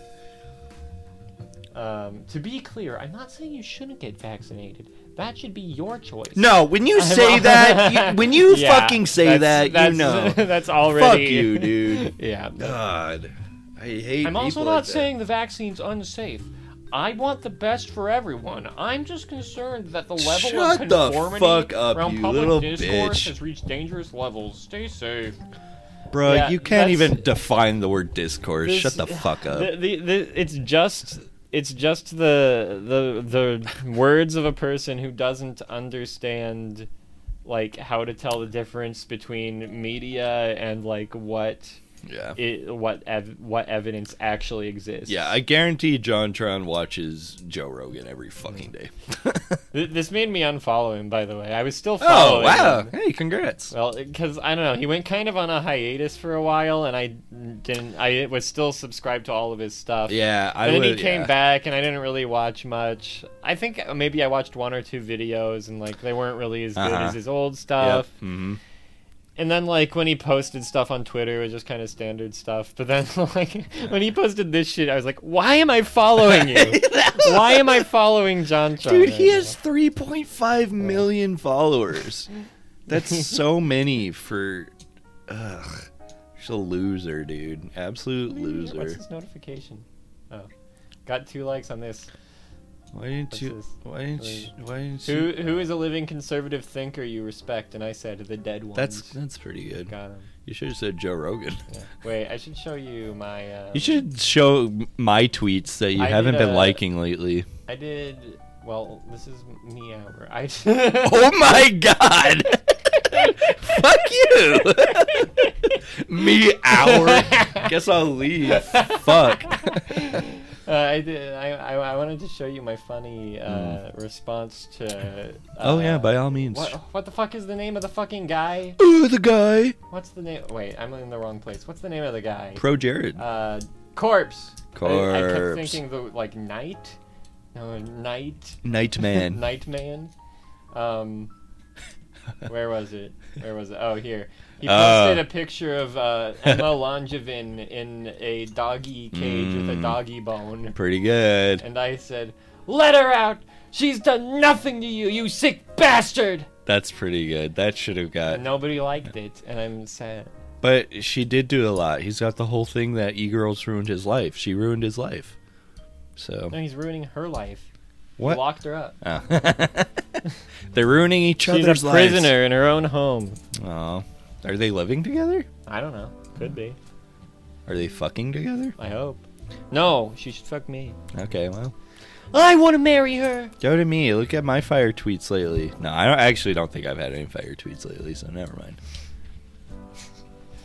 Speaker 1: Um, to be clear, I'm not saying you shouldn't get vaccinated. That should be your choice.
Speaker 2: No, when you say that, you, when you
Speaker 1: Yeah,
Speaker 2: fucking say
Speaker 1: that's-
Speaker 2: that,
Speaker 1: that's,
Speaker 2: you know.
Speaker 1: that's already.
Speaker 2: Fuck you, dude.
Speaker 1: Yeah.
Speaker 2: God, I hate.
Speaker 1: I'm
Speaker 2: people
Speaker 1: also
Speaker 2: like
Speaker 1: not
Speaker 2: that.
Speaker 1: saying the vaccine's unsafe. I want the best for everyone. I'm just concerned that the level
Speaker 2: Shut
Speaker 1: of
Speaker 2: the
Speaker 1: conformity
Speaker 2: fuck up,
Speaker 1: around
Speaker 2: you
Speaker 1: public
Speaker 2: little
Speaker 1: discourse
Speaker 2: bitch.
Speaker 1: has reached dangerous levels. Stay safe.
Speaker 2: Bro,
Speaker 1: Yeah,
Speaker 2: you
Speaker 1: that's-
Speaker 2: can't even define the word discourse.
Speaker 1: This-
Speaker 2: Shut the fuck up.
Speaker 1: The, the, the, it's just it's just the the the words of a person who doesn't understand like how to tell the difference between media and like what
Speaker 2: yeah.
Speaker 1: it, what ev- what evidence actually exists.
Speaker 2: Yeah, I guarantee John Tron watches Joe Rogan every fucking day.
Speaker 1: Th- this made me unfollow him. By the way, I was still
Speaker 2: oh,
Speaker 1: following.
Speaker 2: wow.
Speaker 1: him.
Speaker 2: Hey, congrats.
Speaker 1: Well, because I don't know, he went kind of on a hiatus for a while, and I didn't. I was still subscribed to all of his stuff.
Speaker 2: Yeah, I
Speaker 1: And then
Speaker 2: would,
Speaker 1: he came
Speaker 2: yeah.
Speaker 1: back, and I didn't really watch much. I think maybe I watched one or two videos, and like they weren't really as good
Speaker 2: Uh-huh.
Speaker 1: as his old
Speaker 2: Yep.
Speaker 1: stuff.
Speaker 2: Mhm.
Speaker 1: And then like when he posted stuff on Twitter, it was just kind of standard stuff. But then like when he posted this shit, I was like, why am I following you? why am I following John?
Speaker 2: Dude, he has 3.5 million followers. That's so many for. Ugh. Just a loser, dude. Absolute
Speaker 1: What's
Speaker 2: loser.
Speaker 1: his notification? Oh, got two likes on this.
Speaker 2: Why didn't
Speaker 1: What's
Speaker 2: you?
Speaker 1: this?
Speaker 2: Why didn't you? Why didn't you?
Speaker 1: Who who is a living conservative thinker you respect? And I said the dead ones.
Speaker 2: That's that's pretty good.
Speaker 1: got him.
Speaker 2: You should have said Joe Rogan.
Speaker 1: Yeah. Wait, I should show you my. Um,
Speaker 2: You should show my tweets that you
Speaker 1: I
Speaker 2: haven't
Speaker 1: did
Speaker 2: been
Speaker 1: a-
Speaker 2: liking lately.
Speaker 1: I did. Well, this is me hour. I.
Speaker 2: Oh my god! Fuck you! Me hour. Guess I'll leave. Fuck.
Speaker 1: Uh, I did. I, I, I wanted to show you my funny uh, response to. Uh,
Speaker 2: Mm. Oh, yeah, by all means.
Speaker 1: What, what the fuck is the name of the fucking guy?
Speaker 2: Ooh, the guy.
Speaker 1: What's the name? Wait, I'm in the wrong place. What's the name of the guy?
Speaker 2: Pro Jared.
Speaker 1: uh, corpse. I, I kept
Speaker 2: Corpse.
Speaker 1: thinking the like night. No, night.
Speaker 2: Nightman.
Speaker 1: Nightman. Um, where was it? Where was it? Oh, here. He
Speaker 2: Oh.
Speaker 1: posted a picture of uh, Emma Langevin in a doggy cage with a doggy bone,
Speaker 2: Pretty good.
Speaker 1: and I said, "Let her out! She's done nothing to you, you sick bastard!"
Speaker 2: That's pretty good. That should have got.
Speaker 1: And nobody liked it, and I'm sad.
Speaker 2: But she did do a lot. He's got the whole thing that e girls ruined his life. She ruined his life. So
Speaker 1: No, he's ruining her life. He
Speaker 2: What?
Speaker 1: locked her up.
Speaker 2: Oh. they're ruining each other's lives.
Speaker 1: in her own home.
Speaker 2: Oh, are they living together?
Speaker 1: I don't know. Could be.
Speaker 2: Are they fucking together?
Speaker 1: I hope. No, she should fuck me.
Speaker 2: Okay, well,
Speaker 1: I want to marry her.
Speaker 2: go to me. Look at my fire tweets lately. No, I don't, I actually don't think I've had any fire tweets lately, so never mind.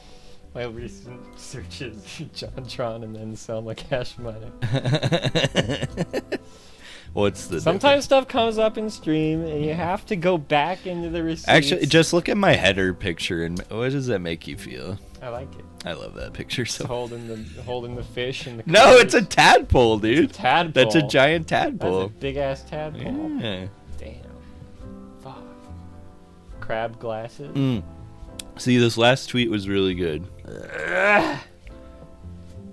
Speaker 1: My recent searches JonTron and then Selma Cash Money.
Speaker 2: What's the
Speaker 1: Sometimes stuff comes up in stream and you have to go back into the receipts.
Speaker 2: difference? Actually, just look at my header picture and what does that make you feel?
Speaker 1: I like it.
Speaker 2: I love that picture
Speaker 1: It's
Speaker 2: so.
Speaker 1: holding the holding the fish and the
Speaker 2: No, it's a
Speaker 1: covers.
Speaker 2: tadpole, dude.
Speaker 1: tadpole.
Speaker 2: That's a giant
Speaker 1: That's a
Speaker 2: tadpole.
Speaker 1: big ass tadpole.
Speaker 2: Yeah.
Speaker 1: Damn. Fuck. Crab glasses.
Speaker 2: Mm. See, this last tweet was really good.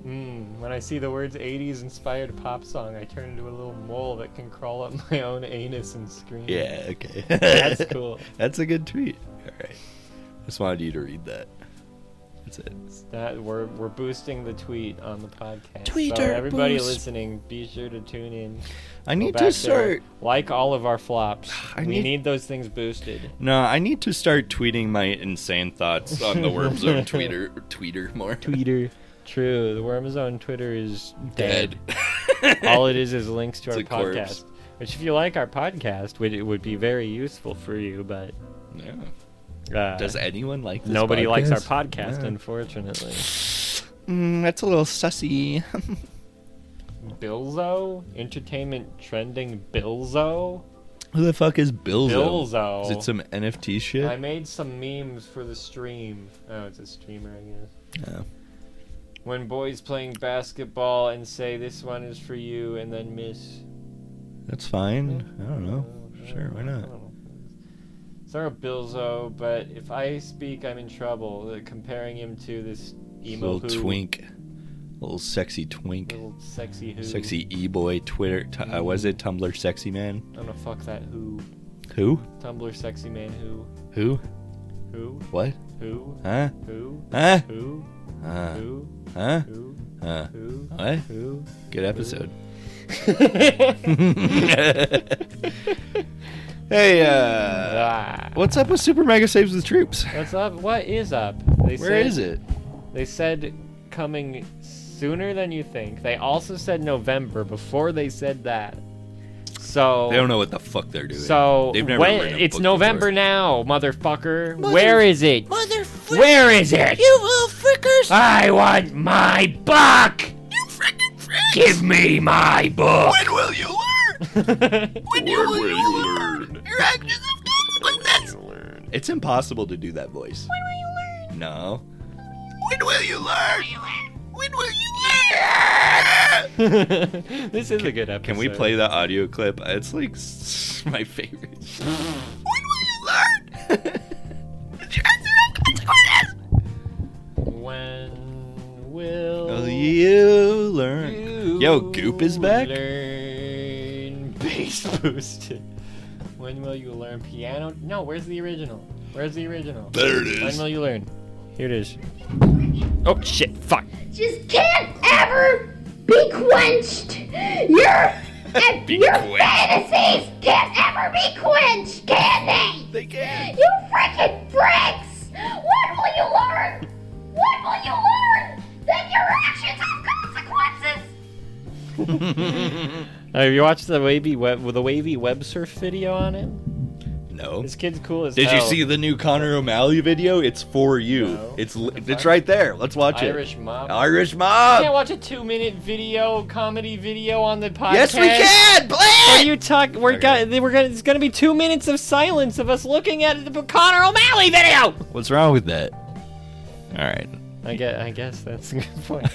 Speaker 1: Mm, when I see the words 80s inspired pop song, I turn into a little mole that can crawl up my own anus and scream.
Speaker 2: Yeah, okay.
Speaker 1: That's cool.
Speaker 2: That's a good tweet. All right. Just wanted you to read that. That's it.
Speaker 1: It's not- we're, we're boosting the tweet on the podcast. so
Speaker 2: Tweeter
Speaker 1: everybody
Speaker 2: boost.
Speaker 1: listening, be sure to tune in.
Speaker 2: I
Speaker 1: Go
Speaker 2: need
Speaker 1: back
Speaker 2: to
Speaker 1: there.
Speaker 2: start.
Speaker 1: Like all of our flops.
Speaker 2: I
Speaker 1: we
Speaker 2: need-
Speaker 1: need those things boosted.
Speaker 2: No, I need to start tweeting my insane thoughts on the Worm Zone tweeter, tweeter more.
Speaker 1: Tweeter. True. The Worm Zone Twitter is
Speaker 2: Dead.
Speaker 1: dead. all it is is links to
Speaker 2: It's
Speaker 1: our
Speaker 2: a corpse.
Speaker 1: podcast. Which, if you like our podcast, would, it would be very useful for you, but.
Speaker 2: Yeah.
Speaker 1: Uh,
Speaker 2: Does anyone like this?
Speaker 1: Nobody likes our
Speaker 2: podcast?
Speaker 1: podcast,
Speaker 2: Yeah.
Speaker 1: unfortunately.
Speaker 2: Mm, that's a little sussy.
Speaker 1: Bilzo? Entertainment trending Bilzo?
Speaker 2: Who the fuck is Bilzo?
Speaker 1: Bilzo.
Speaker 2: Is it some NFT shit?
Speaker 1: I made some memes for the stream. Oh, it's a streamer, I guess.
Speaker 2: Yeah.
Speaker 1: When boys playing basketball and say this one is for you and then miss.
Speaker 2: That's fine. Hmm, I don't know.
Speaker 1: Oh,
Speaker 2: Sure, why
Speaker 1: I
Speaker 2: not?
Speaker 1: don't know. Sorry, Bilzo, but if I speak, I'm in trouble. Uh, comparing him to this emo
Speaker 2: Little
Speaker 1: who-
Speaker 2: twink. Little sexy twink.
Speaker 1: little sexy who.
Speaker 2: Sexy e boy Twitter. T- uh, was it Tumblr sexy man?
Speaker 1: I'm gonna fuck that who.
Speaker 2: Who?
Speaker 1: Tumblr sexy man who.
Speaker 2: Who?
Speaker 1: Who?
Speaker 2: What?
Speaker 1: Who?
Speaker 2: Huh?
Speaker 1: Who?
Speaker 2: Huh?
Speaker 1: Who?
Speaker 2: Uh,
Speaker 1: Who?
Speaker 2: huh?
Speaker 1: Who?
Speaker 2: Uh,
Speaker 1: Who?
Speaker 2: what?
Speaker 1: Who?
Speaker 2: Good episode. hey, uh,
Speaker 1: Ah.
Speaker 2: what's up with Super Mega Saves the Troops?
Speaker 1: What's up? What is up? They
Speaker 2: Where
Speaker 1: said,
Speaker 2: is it?
Speaker 1: They said coming sooner than you think. They also said November before they said that. So
Speaker 2: They don't know what the fuck they're doing.
Speaker 1: So
Speaker 2: They've never
Speaker 1: when-
Speaker 2: written a
Speaker 1: it's
Speaker 2: book
Speaker 1: November now, motherfucker. Where is it? Motherfucker. Where is it?
Speaker 4: You little frickers!
Speaker 1: I want my book.
Speaker 4: You frickin' fricks!
Speaker 1: Give me my book.
Speaker 4: When will you learn? When, you, will you learn? Your actions have done like this! When
Speaker 2: before. It's impossible to do that voice.
Speaker 4: will you learn?
Speaker 2: No.
Speaker 4: When will you learn? When will you learn?
Speaker 1: this is a good episode.
Speaker 2: Can we play that audio clip? It's like s- my favorite.
Speaker 4: When will you learn? Your actions have consequences!
Speaker 1: When will
Speaker 2: Will you learn?
Speaker 1: you
Speaker 2: Yo, Goop Oh, is back.
Speaker 1: Learn bass boosted. When will you learn piano? No, where's the original? Where's the original?
Speaker 2: There it
Speaker 1: When
Speaker 2: is.
Speaker 1: will you learn? Here it is. Oh shit! Fuck.
Speaker 5: just can't ever be quenched. Your and your fantasies can't ever be quenched, can they? They can. You freaking pricks! What will you learn? What will you learn? That your actions have consequences.
Speaker 1: Uh, have you watched the wavy web with the wavy web surf video on him?
Speaker 2: No.
Speaker 1: This kid's cool as
Speaker 2: Did you
Speaker 1: hell.
Speaker 2: see the new Connor O'Malley video? It's for you.
Speaker 1: No.
Speaker 2: It's li- it's right there. Let's watch
Speaker 1: Irish
Speaker 2: it.
Speaker 1: mob?
Speaker 2: Irish
Speaker 1: You
Speaker 2: Mob.
Speaker 1: can't watch a two-minute video comedy video on the podcast.
Speaker 2: yes, we can.
Speaker 1: What are
Speaker 2: Play it.
Speaker 1: you talking? We're
Speaker 2: Okay.
Speaker 1: gonna they- we're gonna it's gonna be two minutes of silence of us looking at the Connor O'Malley video.
Speaker 2: What's wrong with that? All right.
Speaker 1: I guess I guess that's a good point.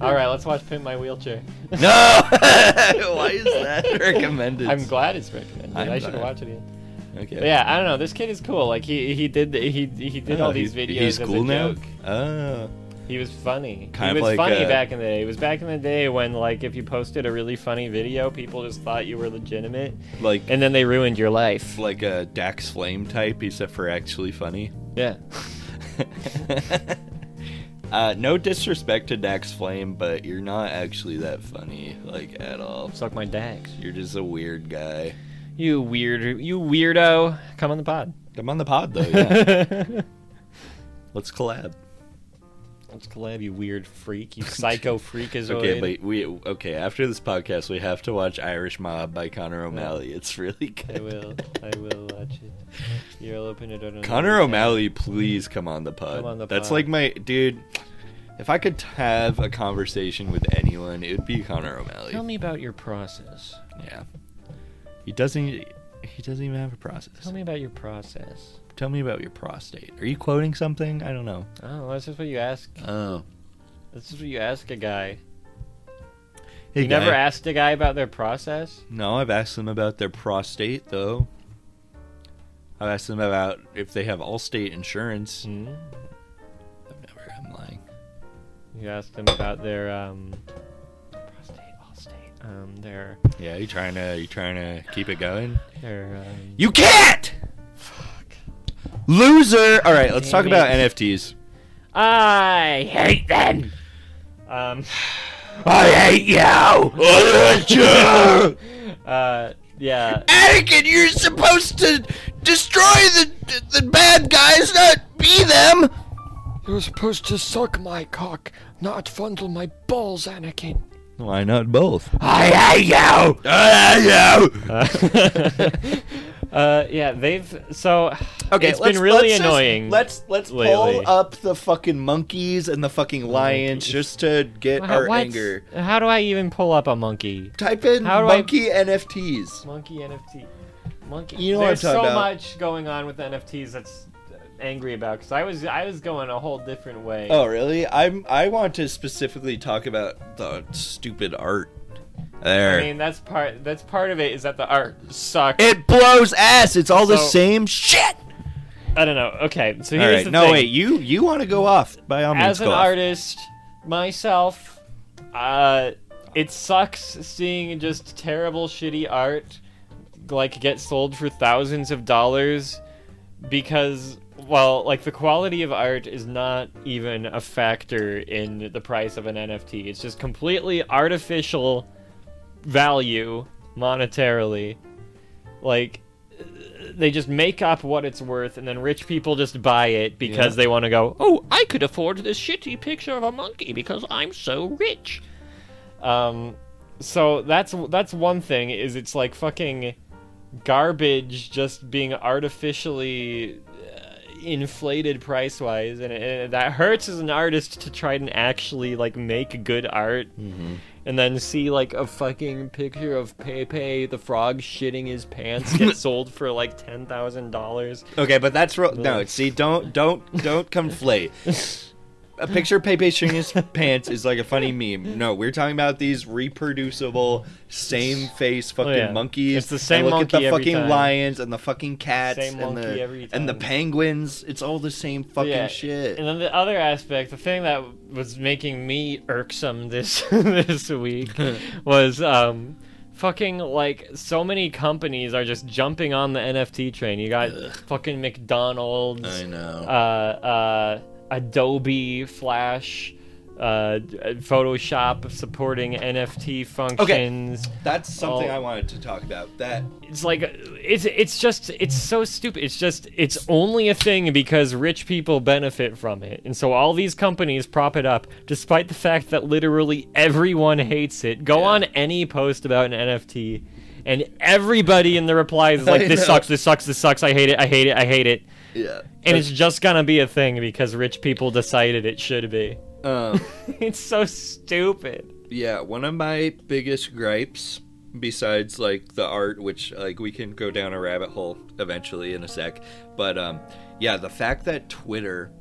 Speaker 1: All right, let's watch Pimp My Wheelchair.
Speaker 2: no. Why is that recommended?
Speaker 1: I'm glad it's recommended.
Speaker 2: I'm
Speaker 1: I should
Speaker 2: glad.
Speaker 1: watch it. Again.
Speaker 2: Okay.
Speaker 1: But yeah, I don't know. This kid is cool. Like he he did the, he he did
Speaker 2: Oh,
Speaker 1: all these
Speaker 2: he's-
Speaker 1: videos
Speaker 2: He's
Speaker 1: as
Speaker 2: cool
Speaker 1: a
Speaker 2: now.
Speaker 1: joke.
Speaker 2: Oh.
Speaker 1: He was funny.
Speaker 2: Kind
Speaker 1: he
Speaker 2: of
Speaker 1: was
Speaker 2: like,
Speaker 1: funny
Speaker 2: uh,
Speaker 1: back in the day. It was back in the day when like if you posted a really funny video, people just thought you were legitimate,
Speaker 2: Like
Speaker 1: and then they ruined your life.
Speaker 2: like a Dax Flame type, except for actually funny.
Speaker 1: Yeah.
Speaker 2: uh, no disrespect to Dax Flame, but you're not actually that funny, like at all.
Speaker 1: Suck my dicks.
Speaker 2: You're just a weird guy.
Speaker 1: You weird, you weirdo. Come on the pod.
Speaker 2: I'm on the pod though. Yeah. Let's collab.
Speaker 1: Let's collab, you weird freak. You psycho freak is
Speaker 2: Okay, but we okay after this podcast we have to watch Irish Mob by Connor O'Malley. It's really
Speaker 1: I
Speaker 2: good.
Speaker 1: will. I will watch it. You'll open it on
Speaker 2: Connor O'Malley, please come on the pod.
Speaker 1: Come on the
Speaker 2: That's
Speaker 1: pod.
Speaker 2: like my dude. If I could have a conversation with anyone, it would be Connor O'Malley.
Speaker 1: Tell me about your process.
Speaker 2: Yeah. He doesn't. He doesn't even have a process.
Speaker 1: Tell me about your process.
Speaker 2: Tell me about your prostate. Are you quoting something? I don't know.
Speaker 1: Oh, that's just what you ask.
Speaker 2: Oh.
Speaker 1: That's just what you ask a guy.
Speaker 2: Hey,
Speaker 1: you never
Speaker 2: guy.
Speaker 1: asked a guy about their process.
Speaker 2: No, I've asked them about their prostate though. I've asked them about if they have Allstate insurance.
Speaker 1: Hmm?
Speaker 2: I've never. I'm lying.
Speaker 1: You asked him about their um, prostate, allstate, um, their
Speaker 2: Yeah, you trying to? You trying to keep it going?
Speaker 1: their. Um,
Speaker 2: You can't. Loser. All right, let's talk
Speaker 1: Damn
Speaker 2: about
Speaker 1: it.
Speaker 2: NFTs.
Speaker 1: I hate them. Um.
Speaker 2: I hate you. you.
Speaker 1: Uh. Yeah.
Speaker 2: Anakin, you're supposed to destroy the the bad guys, not be them.
Speaker 1: You're supposed to suck my cock, not fondle my balls, Anakin.
Speaker 2: Why not both? I hate you. I hate you.
Speaker 1: Uh, yeah, they've so.
Speaker 2: Okay,
Speaker 1: it's
Speaker 2: let's,
Speaker 1: been really
Speaker 2: let's just-
Speaker 1: annoying.
Speaker 2: let's let's
Speaker 1: lately. Oh,
Speaker 2: pull up the fucking monkeys and the fucking lions just to get
Speaker 1: Wow,
Speaker 2: our
Speaker 1: what?
Speaker 2: anger.
Speaker 1: How do I even pull up a monkey?
Speaker 2: Type in
Speaker 1: How do I-
Speaker 2: monkey NFTs.
Speaker 1: Monkey NFT. Monkey.
Speaker 2: You know what I'm
Speaker 1: There's
Speaker 2: talking
Speaker 1: so
Speaker 2: about.
Speaker 1: much going on with NFTs that's angry about because I was I was going a whole different way.
Speaker 2: Oh really? I'm I want to specifically talk about the stupid art. There.
Speaker 1: I mean that's part that's part of it is that the art sucks.
Speaker 2: it blows ass. It's all the
Speaker 1: So-
Speaker 2: same shit.
Speaker 1: I don't know. Okay, so
Speaker 2: All
Speaker 1: here's
Speaker 2: right.
Speaker 1: the
Speaker 2: No
Speaker 1: thing.
Speaker 2: wait. You you want to go off by all means.
Speaker 1: As an
Speaker 2: go off.
Speaker 1: artist myself, uh, it sucks seeing just terrible, shitty art like get sold for thousands of dollars because well like the quality of art is not even a factor in the price of an nft it's just completely artificial value monetarily like they just make up what it's worth and then rich people just buy it because they want to go oh i could afford this shitty picture of a monkey because i'm so rich um so that's that's one thing is it's like fucking garbage just being artificially uh, inflated price wise and, it- and that hurts as an artist to try and actually like make good art and then see like a fucking picture of Pepe the frog shitting his pants get sold for like ten thousand dollars.
Speaker 2: Okay, but that's ro- no. See, don't don't don't conflate. A picture of Pepe shooting his pants is like a funny meme. No, we're talking about these reproducible, same face fucking
Speaker 1: oh, yeah.
Speaker 2: monkeys.
Speaker 1: It's the same
Speaker 2: and look at
Speaker 1: monkey
Speaker 2: the
Speaker 1: every
Speaker 2: fucking
Speaker 1: time.
Speaker 2: lions and the fucking cats
Speaker 1: Same
Speaker 2: and
Speaker 1: monkey
Speaker 2: the
Speaker 1: every
Speaker 2: and the
Speaker 1: time.
Speaker 2: penguins. It's all the same fucking shit.
Speaker 1: And then the other aspect, the thing that was making me irksome this this week was um fucking like so many companies are just jumping on the NFT train. You got fucking McDonald's,
Speaker 2: I know.
Speaker 1: uh, uh, Adobe Flash, uh, Photoshop supporting NFT functions.
Speaker 6: That's something
Speaker 1: Oh.
Speaker 6: I wanted to talk about. That
Speaker 1: It's like it's it's just it's so stupid. It's just it's only a thing because rich people benefit from it, and so all these companies prop it up, despite the fact that literally everyone hates it. Go on any post about an NFT, and everybody in the replies is
Speaker 6: I
Speaker 1: like, "This
Speaker 6: know.
Speaker 1: sucks. This sucks. This sucks. I hate it. I hate it. I hate it."
Speaker 6: yeah.
Speaker 1: And it's just gonna be a thing because rich people decided it should be.
Speaker 6: Um,
Speaker 1: It's so stupid.
Speaker 6: yeah, one of my biggest gripes besides like the art which like we can go down a rabbit hole eventually in a sec, but um yeah, the fact that Twitter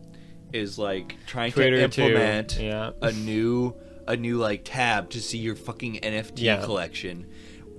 Speaker 6: is like trying
Speaker 1: Twitter
Speaker 6: to
Speaker 1: too,
Speaker 6: implement
Speaker 1: yeah.
Speaker 6: a new a new like tab to see your fucking NFT
Speaker 1: Yeah.
Speaker 6: collection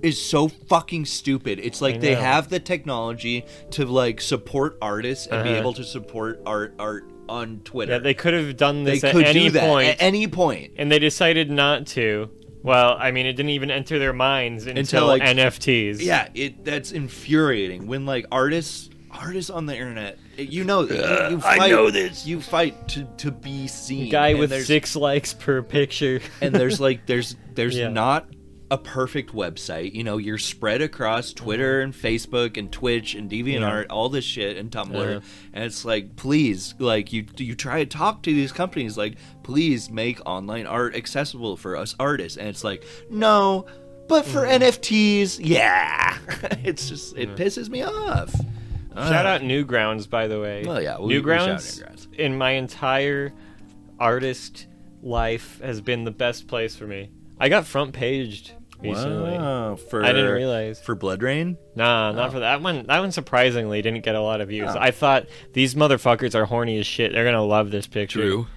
Speaker 6: is so fucking stupid. It's like they
Speaker 1: know.
Speaker 6: have the technology to like support artists and be
Speaker 1: Uh-huh.
Speaker 6: able to support art art on Twitter.
Speaker 1: Yeah, they could have done
Speaker 6: They
Speaker 1: this at any point.
Speaker 6: at any point.
Speaker 1: and they decided not to. Well, I mean, it didn't even enter their minds until,
Speaker 6: like-
Speaker 1: NFTs.
Speaker 6: Yeah, it that's infuriating when like artists artists on the internet. You know, you, you
Speaker 2: I
Speaker 6: fight,
Speaker 2: know this.
Speaker 6: You fight to to be seen.
Speaker 1: guy
Speaker 6: and
Speaker 1: with
Speaker 6: there's-
Speaker 1: six likes per picture.
Speaker 6: and there's like there's there's
Speaker 1: Yeah.
Speaker 6: not a perfect website. You know, you're spread across Twitter
Speaker 1: Uh-huh.
Speaker 6: and Facebook and Twitch and DeviantArt, all this shit and Tumblr.
Speaker 1: Uh-huh.
Speaker 6: And it's like, please, like you you try to talk to these companies like, please make online art accessible for us artists. And it's like, no, but for
Speaker 1: Mm-hmm.
Speaker 6: NFTs, yeah. it's just it pisses me off.
Speaker 1: Shout out Newgrounds, by the way.
Speaker 6: Well, yeah, we- we shout out
Speaker 1: Newgrounds,
Speaker 6: Newgrounds.
Speaker 1: in my entire artist life has been the best place for me. I got front paged recently.
Speaker 6: Wow, for
Speaker 1: I didn't realize.
Speaker 6: for Blood Rain.
Speaker 1: Nah, not for that one. That one surprisingly didn't get a lot of views. I thought these motherfuckers are horny as shit. They're gonna love this picture.
Speaker 2: True.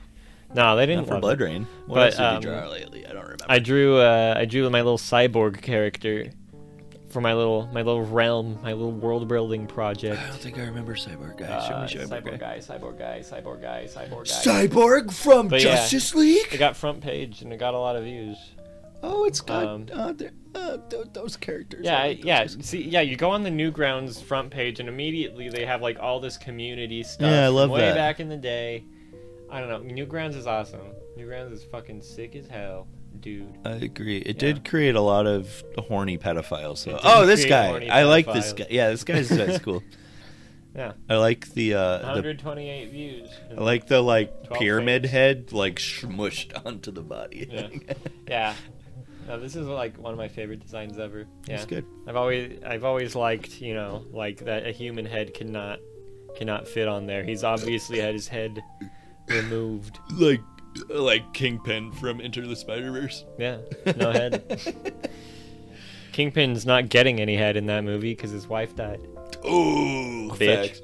Speaker 1: No, they didn't
Speaker 6: Not for
Speaker 1: love
Speaker 6: Blood
Speaker 1: it.
Speaker 6: Rain. What
Speaker 1: But,
Speaker 6: else did
Speaker 1: um,
Speaker 6: you draw lately? I don't remember.
Speaker 1: I drew uh, I drew my little cyborg character for my little my little realm, my little world building project.
Speaker 6: I don't think I remember Cyborg Guy.
Speaker 1: Uh,
Speaker 6: Show me Cyborg,
Speaker 1: cyborg
Speaker 6: Guy.
Speaker 1: guy, cyborg guy, cyborg guy, cyborg guy.
Speaker 6: Cyborg from
Speaker 1: But yeah.
Speaker 6: Justice
Speaker 1: it
Speaker 6: League?
Speaker 1: got front page and it got a lot of views.
Speaker 6: Oh, it's got
Speaker 1: Um,
Speaker 6: uh, th- uh, th- those characters.
Speaker 1: Yeah,
Speaker 6: are-
Speaker 1: I- yeah. See, yeah, you go on the Newgrounds front page and immediately they have like all this community stuff.
Speaker 2: Yeah, I
Speaker 1: from
Speaker 2: love
Speaker 1: way
Speaker 2: that.
Speaker 1: back in the day. I don't know. Newgrounds is awesome. Newgrounds is fucking sick as hell, dude.
Speaker 2: I agree.
Speaker 1: Yeah.
Speaker 2: It did create a lot of horny pedophiles.
Speaker 1: It
Speaker 2: So.
Speaker 1: did
Speaker 2: Oh, this
Speaker 1: create
Speaker 2: guy.
Speaker 1: horny
Speaker 2: I like this
Speaker 1: pedophiles.
Speaker 2: guy. Yeah, this guy's that's cool.
Speaker 1: Yeah.
Speaker 2: I like the uh, the
Speaker 1: 128 views.
Speaker 2: I like the like
Speaker 1: 12
Speaker 2: pyramid
Speaker 1: fingers.
Speaker 2: head like smushed onto the body.
Speaker 1: Yeah. Yeah. No, this is like one of my favorite designs ever. Yeah.
Speaker 2: It's good.
Speaker 1: I've always I've always liked, you know, like that a human head cannot cannot fit on there. He's obviously had his head removed.
Speaker 2: Like like Kingpin from Enter the Spider Verse.
Speaker 1: Yeah. No head. Kingpin's not getting any head in that movie cuz his wife died.
Speaker 2: Oh,
Speaker 1: Bitch.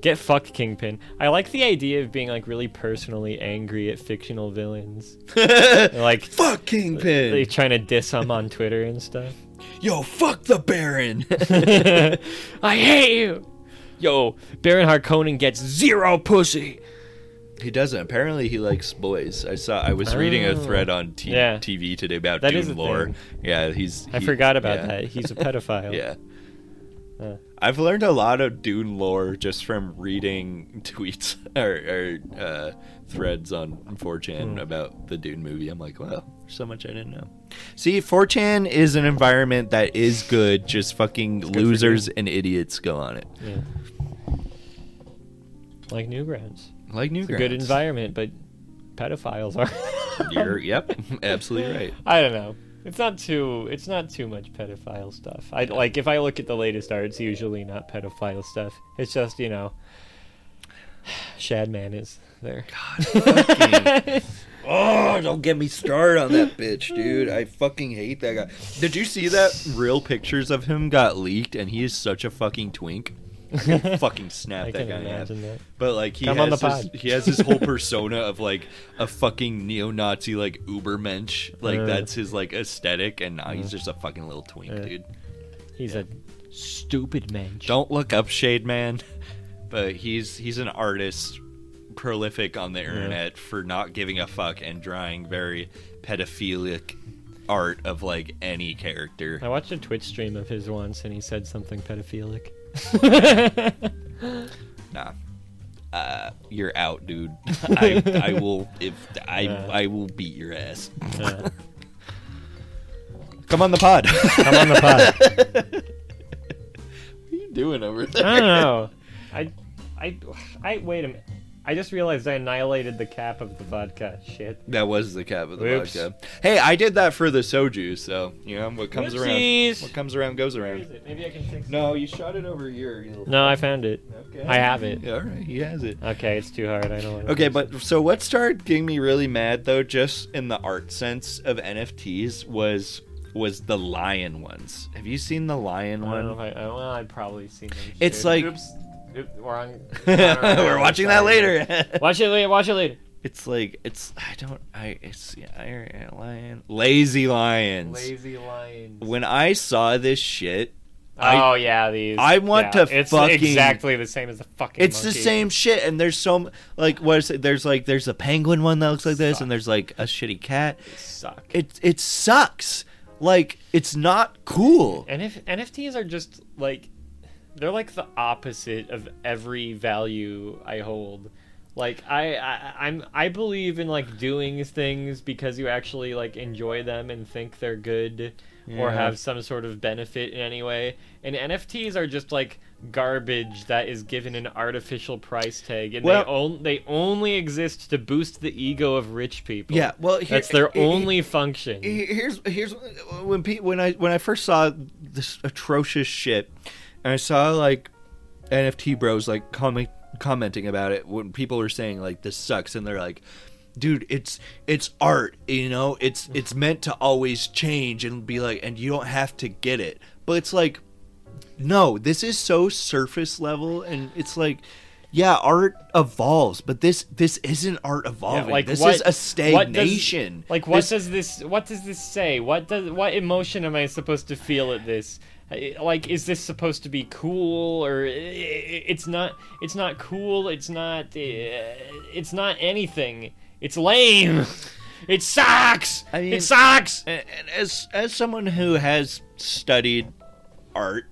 Speaker 1: Get fucked, Kingpin. I like the idea of being like really personally angry at fictional villains. like
Speaker 2: Fuck
Speaker 1: they
Speaker 2: Kingpin.
Speaker 1: trying to diss him on Twitter and stuff.
Speaker 2: Yo, fuck the Baron.
Speaker 1: I hate you. Yo, Baron Harkonnen gets zero pussy.
Speaker 2: He doesn't. Apparently, he likes boys. I saw. I was reading a
Speaker 1: Oh.
Speaker 2: thread on t-
Speaker 1: Yeah.
Speaker 2: TV today about
Speaker 1: That
Speaker 2: Dune
Speaker 1: is a
Speaker 2: lore.
Speaker 1: thing.
Speaker 2: Yeah, he's.
Speaker 1: I
Speaker 2: he-
Speaker 1: forgot about
Speaker 2: yeah.
Speaker 1: that. He's a pedophile.
Speaker 2: Yeah.
Speaker 1: Uh.
Speaker 2: I've learned a lot of Dune lore just from reading tweets or, or uh, threads on
Speaker 1: Hmm.
Speaker 2: 4chan about the Dune movie. I'm like, wow, there's so much I didn't know. See, 4chan is an environment that is good. Just fucking
Speaker 1: for
Speaker 2: losers and idiots go on it.
Speaker 1: Yeah. Like Newgrounds.
Speaker 2: Like Newgrounds.
Speaker 1: It's a good environment, but pedophiles are.
Speaker 2: You're, yep, absolutely right.
Speaker 1: I don't know. It's not too. It's not too much pedophile stuff. I like if I look at the latest art, it's usually not pedophile stuff. It's just you know, Shadman is there.
Speaker 6: Oh, don't get me started on that bitch, dude. I fucking hate that guy.
Speaker 2: Did you see that real pictures of him got leaked and he is such a fucking twink? I can fucking snap
Speaker 1: I
Speaker 2: that
Speaker 1: can
Speaker 2: guy in half.
Speaker 1: imagine that.
Speaker 2: But like he
Speaker 1: Come on
Speaker 2: has
Speaker 1: the
Speaker 2: his,
Speaker 1: pod.
Speaker 2: he has his whole persona of like a fucking neo-Nazi like Ubermensch. Like
Speaker 1: Uh.
Speaker 2: that's his like aesthetic and now he's just a fucking little twink,
Speaker 1: Uh.
Speaker 2: dude.
Speaker 1: He's a stupid man.
Speaker 2: Don't look up Shade Man, but he's he's an artist prolific on the internet for not giving a fuck and drawing very pedophilic art of like any character.
Speaker 1: I watched a Twitch stream of his once, and he said something pedophilic.
Speaker 2: Nah. uh, you're out, dude. I, I will if I I will beat your ass. Come on the pod. what
Speaker 1: Come on the pod.
Speaker 2: are you doing over there?
Speaker 1: I don't know. I, I, I wait a minute. I just realized I annihilated the cap of the vodka. Shit.
Speaker 2: That was the cap of the
Speaker 1: Whoops.
Speaker 2: vodka. Hey, I did that for the soju, so you know what comes
Speaker 1: Whoopsies.
Speaker 2: around. What comes around goes
Speaker 1: Where
Speaker 2: around.
Speaker 1: is it? Maybe I can fix it.
Speaker 2: No, you shot it over here. you little-
Speaker 1: No, I found it.
Speaker 2: Okay.
Speaker 1: I have it.
Speaker 2: Yeah, all right, he has it.
Speaker 1: Okay, it's too hard. I don't want to.
Speaker 2: Okay, but so what started getting me really mad though, just in the art sense of NFTs, was was the lion ones. Have you seen the lion
Speaker 1: I don't know if
Speaker 2: one?
Speaker 1: I. I well, I'd probably seen them.
Speaker 2: It's
Speaker 1: Shit.
Speaker 2: like-
Speaker 1: Oops. Oop, wrong.
Speaker 2: We're watching that later.
Speaker 1: Watch it later. Watch it later.
Speaker 2: it's like it's I don't I it's yeah, I, lion lazy lions.
Speaker 1: Lazy lions.
Speaker 2: When I saw this shit, I-
Speaker 1: oh yeah, these.
Speaker 2: I want
Speaker 1: yeah,
Speaker 2: to
Speaker 1: it's
Speaker 2: fucking-
Speaker 1: exactly the same as the fucking.
Speaker 2: It's the
Speaker 1: monkey.
Speaker 2: same shit, and there's so m- like what is it? There's like there's a penguin one that looks like this, and there's like a shitty cat.
Speaker 1: Suck.
Speaker 2: It it sucks. Like it's not cool.
Speaker 1: And if NFTs are just like they're like the opposite of every value I hold. Like I, I I'm I believe in like doing things because you actually like enjoy them and think they're good or have some sort of benefit in any way. And NFTs are just like garbage that is given an artificial price tag and
Speaker 2: Well-
Speaker 1: they, on, they only exist to boost the ego of rich people.
Speaker 2: Yeah, well, here-
Speaker 1: that's their
Speaker 2: it- it-
Speaker 1: only function.
Speaker 2: Here- here's here's when pe- when I when I first saw this atrocious shit, and I saw like NFT bros like comment commenting about it when people were saying like this sucks, and they're like, dude, it's it's art, you know, it's it's meant to always change and be like, and you don't have to get it, but it's like, no, this is so surface level, and it's like. Yeah, art evolves, but this this isn't art evolving.
Speaker 1: Yeah, like
Speaker 2: this
Speaker 1: what-
Speaker 2: is a
Speaker 1: what does-
Speaker 2: stagnation.
Speaker 1: like what
Speaker 2: This-
Speaker 1: does this what does this say? What does what emotion am I supposed to feel at this? I- Like is this supposed to be cool or i- i- it's not it's not cool, it's not uh, it's not anything. It's lame. It sucks.
Speaker 2: I mean-
Speaker 1: it sucks.
Speaker 2: and, and as as someone who has studied art,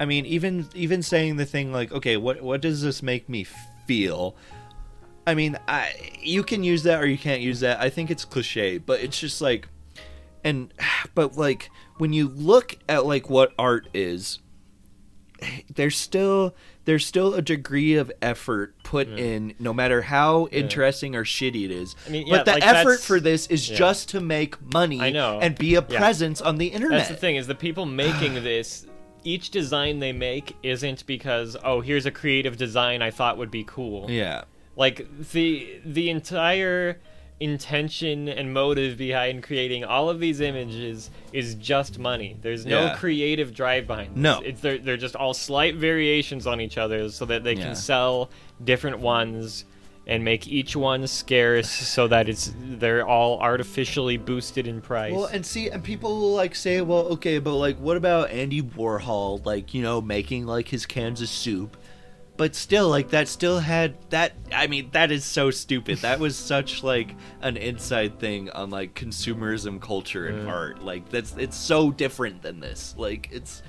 Speaker 2: I mean, even even saying the thing like, okay, what what does this make me feel? I mean, I you can use that or you can't use that. I think it's cliche, but it's just like, and but like when you look at like what art is, there's still there's still a degree of effort put in, no matter how interesting or shitty it is.
Speaker 1: I mean, yeah,
Speaker 2: but the
Speaker 1: like,
Speaker 2: effort
Speaker 1: that's-
Speaker 2: for this is
Speaker 1: yeah.
Speaker 2: just to make money
Speaker 1: I know.
Speaker 2: and be a
Speaker 1: Yeah.
Speaker 2: presence on the internet.
Speaker 1: That's the thing is the people making this. Each design they make isn't because oh here's a creative design I thought would be cool.
Speaker 2: Yeah.
Speaker 1: like the the entire intention and motive behind creating all of these images is just money there's no
Speaker 2: Yeah.
Speaker 1: creative drive behind this.
Speaker 2: No.
Speaker 1: it's they're, they're just all slight variations on each other so that they
Speaker 2: Yeah.
Speaker 1: can sell different ones and make each one scarce so that it's they're all artificially boosted in price
Speaker 2: Well, and see, and people will like say, well, okay, but like, what about Andy Warhol, like, you know, making like his cans of soup? But still, like, that still had that. I mean, that is so stupid. That was such like an inside thing on like consumerism culture and art. Like, that's it's so different than this. Like, it's.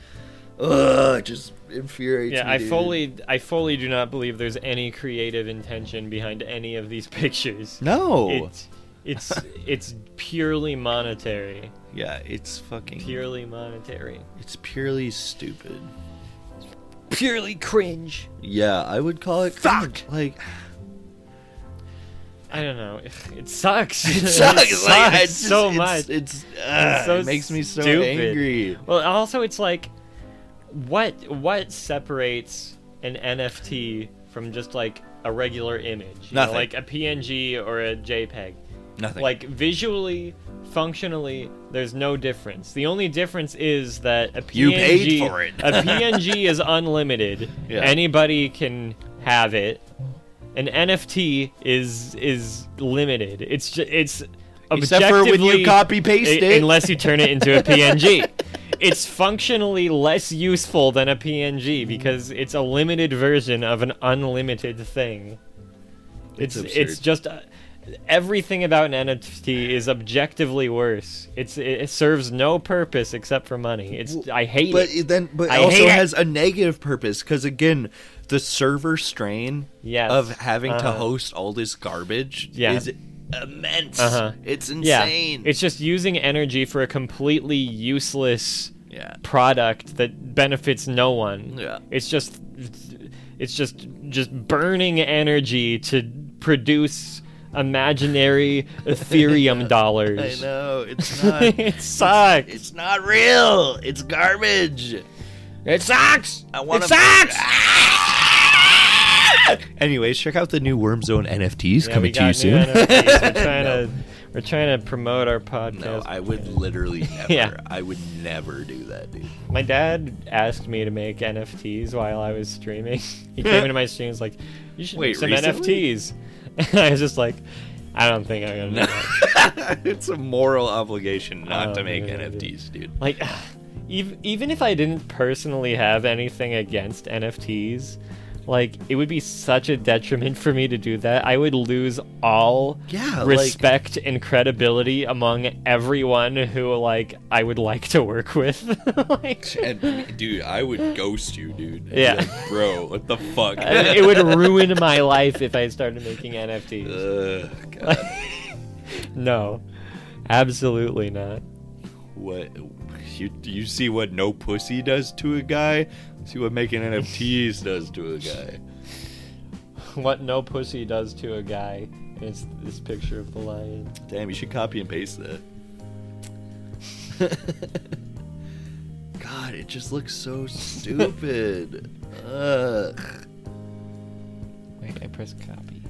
Speaker 2: Ugh, it just infuriates
Speaker 1: yeah
Speaker 2: me.
Speaker 1: i
Speaker 2: dude.
Speaker 1: fully i fully do not believe there's any creative intention behind any of these pictures
Speaker 2: No.
Speaker 1: It's it's it's purely monetary.
Speaker 2: yeah, it's fucking.
Speaker 1: Purely monetary.
Speaker 2: It's purely stupid.
Speaker 1: Purely cringe.
Speaker 2: Yeah, I would call it. Fuck! Like,
Speaker 1: I don't know. It sucks.
Speaker 2: it sucks. like,
Speaker 1: sucks
Speaker 2: it's just-
Speaker 1: so
Speaker 2: it's-
Speaker 1: much.
Speaker 2: It's, ugh,
Speaker 1: It's so
Speaker 2: it makes me so
Speaker 1: stupid.
Speaker 2: angry.
Speaker 1: well, also it's like, what what separates an NFT from just like a regular image? You know,
Speaker 2: Nothing.
Speaker 1: like a PNG or a E JPEG.
Speaker 2: Nothing.
Speaker 1: Like visually, functionally, there's no difference. The only difference is that a PNG
Speaker 2: You paid for it.
Speaker 1: a PNG is unlimited.
Speaker 2: Yeah.
Speaker 1: Anybody can have it. An NFT is is limited. It's just, it's
Speaker 2: Except for when you
Speaker 1: objectively-
Speaker 2: copy paste
Speaker 1: i-
Speaker 2: it.
Speaker 1: unless you turn it into a PNG. it's functionally less useful than a PNG because it's a limited version of an unlimited thing. It's
Speaker 2: It's
Speaker 1: it's
Speaker 2: absurd.
Speaker 1: just a, everything about an NFT is objectively worse. It's it, it serves no purpose except for money. It's I hate
Speaker 2: But
Speaker 1: it.
Speaker 2: it then, but it
Speaker 1: I hate
Speaker 2: also
Speaker 1: it.
Speaker 2: has a negative purpose because again, the server strain
Speaker 1: Yes.
Speaker 2: of having to
Speaker 1: Uh-huh.
Speaker 2: host all this garbage
Speaker 1: Yeah.
Speaker 2: is immense.
Speaker 1: Uh-huh.
Speaker 2: It's
Speaker 1: yeah,
Speaker 2: insane.
Speaker 1: it's just using energy for a completely useless
Speaker 2: yeah.
Speaker 1: product that benefits no one.
Speaker 2: Yeah.
Speaker 1: It's just it's just just burning energy to produce imaginary ethereum
Speaker 2: I
Speaker 1: dollars.
Speaker 2: know it's not.
Speaker 1: it sucks.
Speaker 2: it's not real. It's garbage.
Speaker 1: it sucks.
Speaker 2: I want
Speaker 1: it sucks.
Speaker 2: Ah! Anyways, check out the new Worm Zone NFTs
Speaker 1: Yeah, we
Speaker 2: coming to you
Speaker 1: got new
Speaker 2: soon.
Speaker 1: NFTs. We're trying to we're trying to promote our podcast.
Speaker 2: No, I would literally never.
Speaker 1: Yeah.
Speaker 2: I would never do that, dude.
Speaker 1: My dad asked me to make NFTs while I was streaming. he came into my stream and was like, "You should
Speaker 2: Wait,
Speaker 1: make some
Speaker 2: recently?
Speaker 1: NFTs." And I was just like, "I don't think I'm gonna." do that."
Speaker 2: it's a moral obligation not
Speaker 1: Oh,
Speaker 2: to make
Speaker 1: yeah, yeah.
Speaker 2: NFTs, dude.
Speaker 1: Like, even even if I didn't personally have anything against NFTs, like it would be such a detriment for me to do that. I would lose all
Speaker 2: Yeah, like-
Speaker 1: respect and credibility among everyone who like I would like to work with. like,
Speaker 7: And dude, I would ghost you, dude. I'd be
Speaker 1: Yeah.
Speaker 7: like, bro, what the fuck?
Speaker 1: it would ruin my life if I started making NFTs.
Speaker 7: Ugh, God,
Speaker 1: No, absolutely not.
Speaker 7: what? You you see what no pussy does to a guy? See what making NFTs does to a guy?
Speaker 1: What no pussy does to a guy is this picture of the lion.
Speaker 7: Damn, you should copy and paste that.
Speaker 2: God, it just looks so stupid. Ugh.
Speaker 1: Wait, I press copy.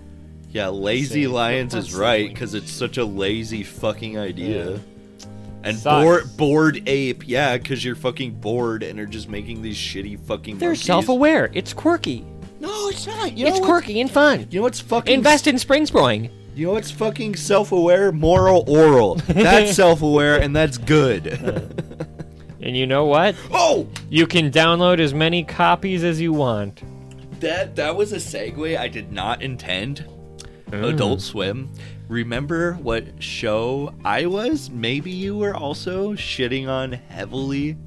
Speaker 7: Yeah, lazy
Speaker 1: Same.
Speaker 7: lions is right because it's such a lazy fucking idea.
Speaker 1: Yeah.
Speaker 7: And
Speaker 1: Sucks.
Speaker 7: bored, bored ape, yeah, because you're fucking bored and are just making these shitty fucking.
Speaker 1: They're
Speaker 7: monkeys.
Speaker 1: self-aware. It's quirky.
Speaker 2: No, it's not. You know
Speaker 1: It's
Speaker 2: what-
Speaker 1: quirky and fun.
Speaker 2: You know what's fucking
Speaker 1: Invest in Springspring.
Speaker 2: You know what's fucking self-aware, moral, oral. That's self-aware and that's
Speaker 1: Uh.
Speaker 2: good.
Speaker 1: And you know what?
Speaker 2: oh,
Speaker 1: You can download as many copies as you want.
Speaker 2: that that was a segue I did not intend.
Speaker 1: Mm.
Speaker 2: Adult Swim. Remember what show I was? Maybe you were also shitting on heavily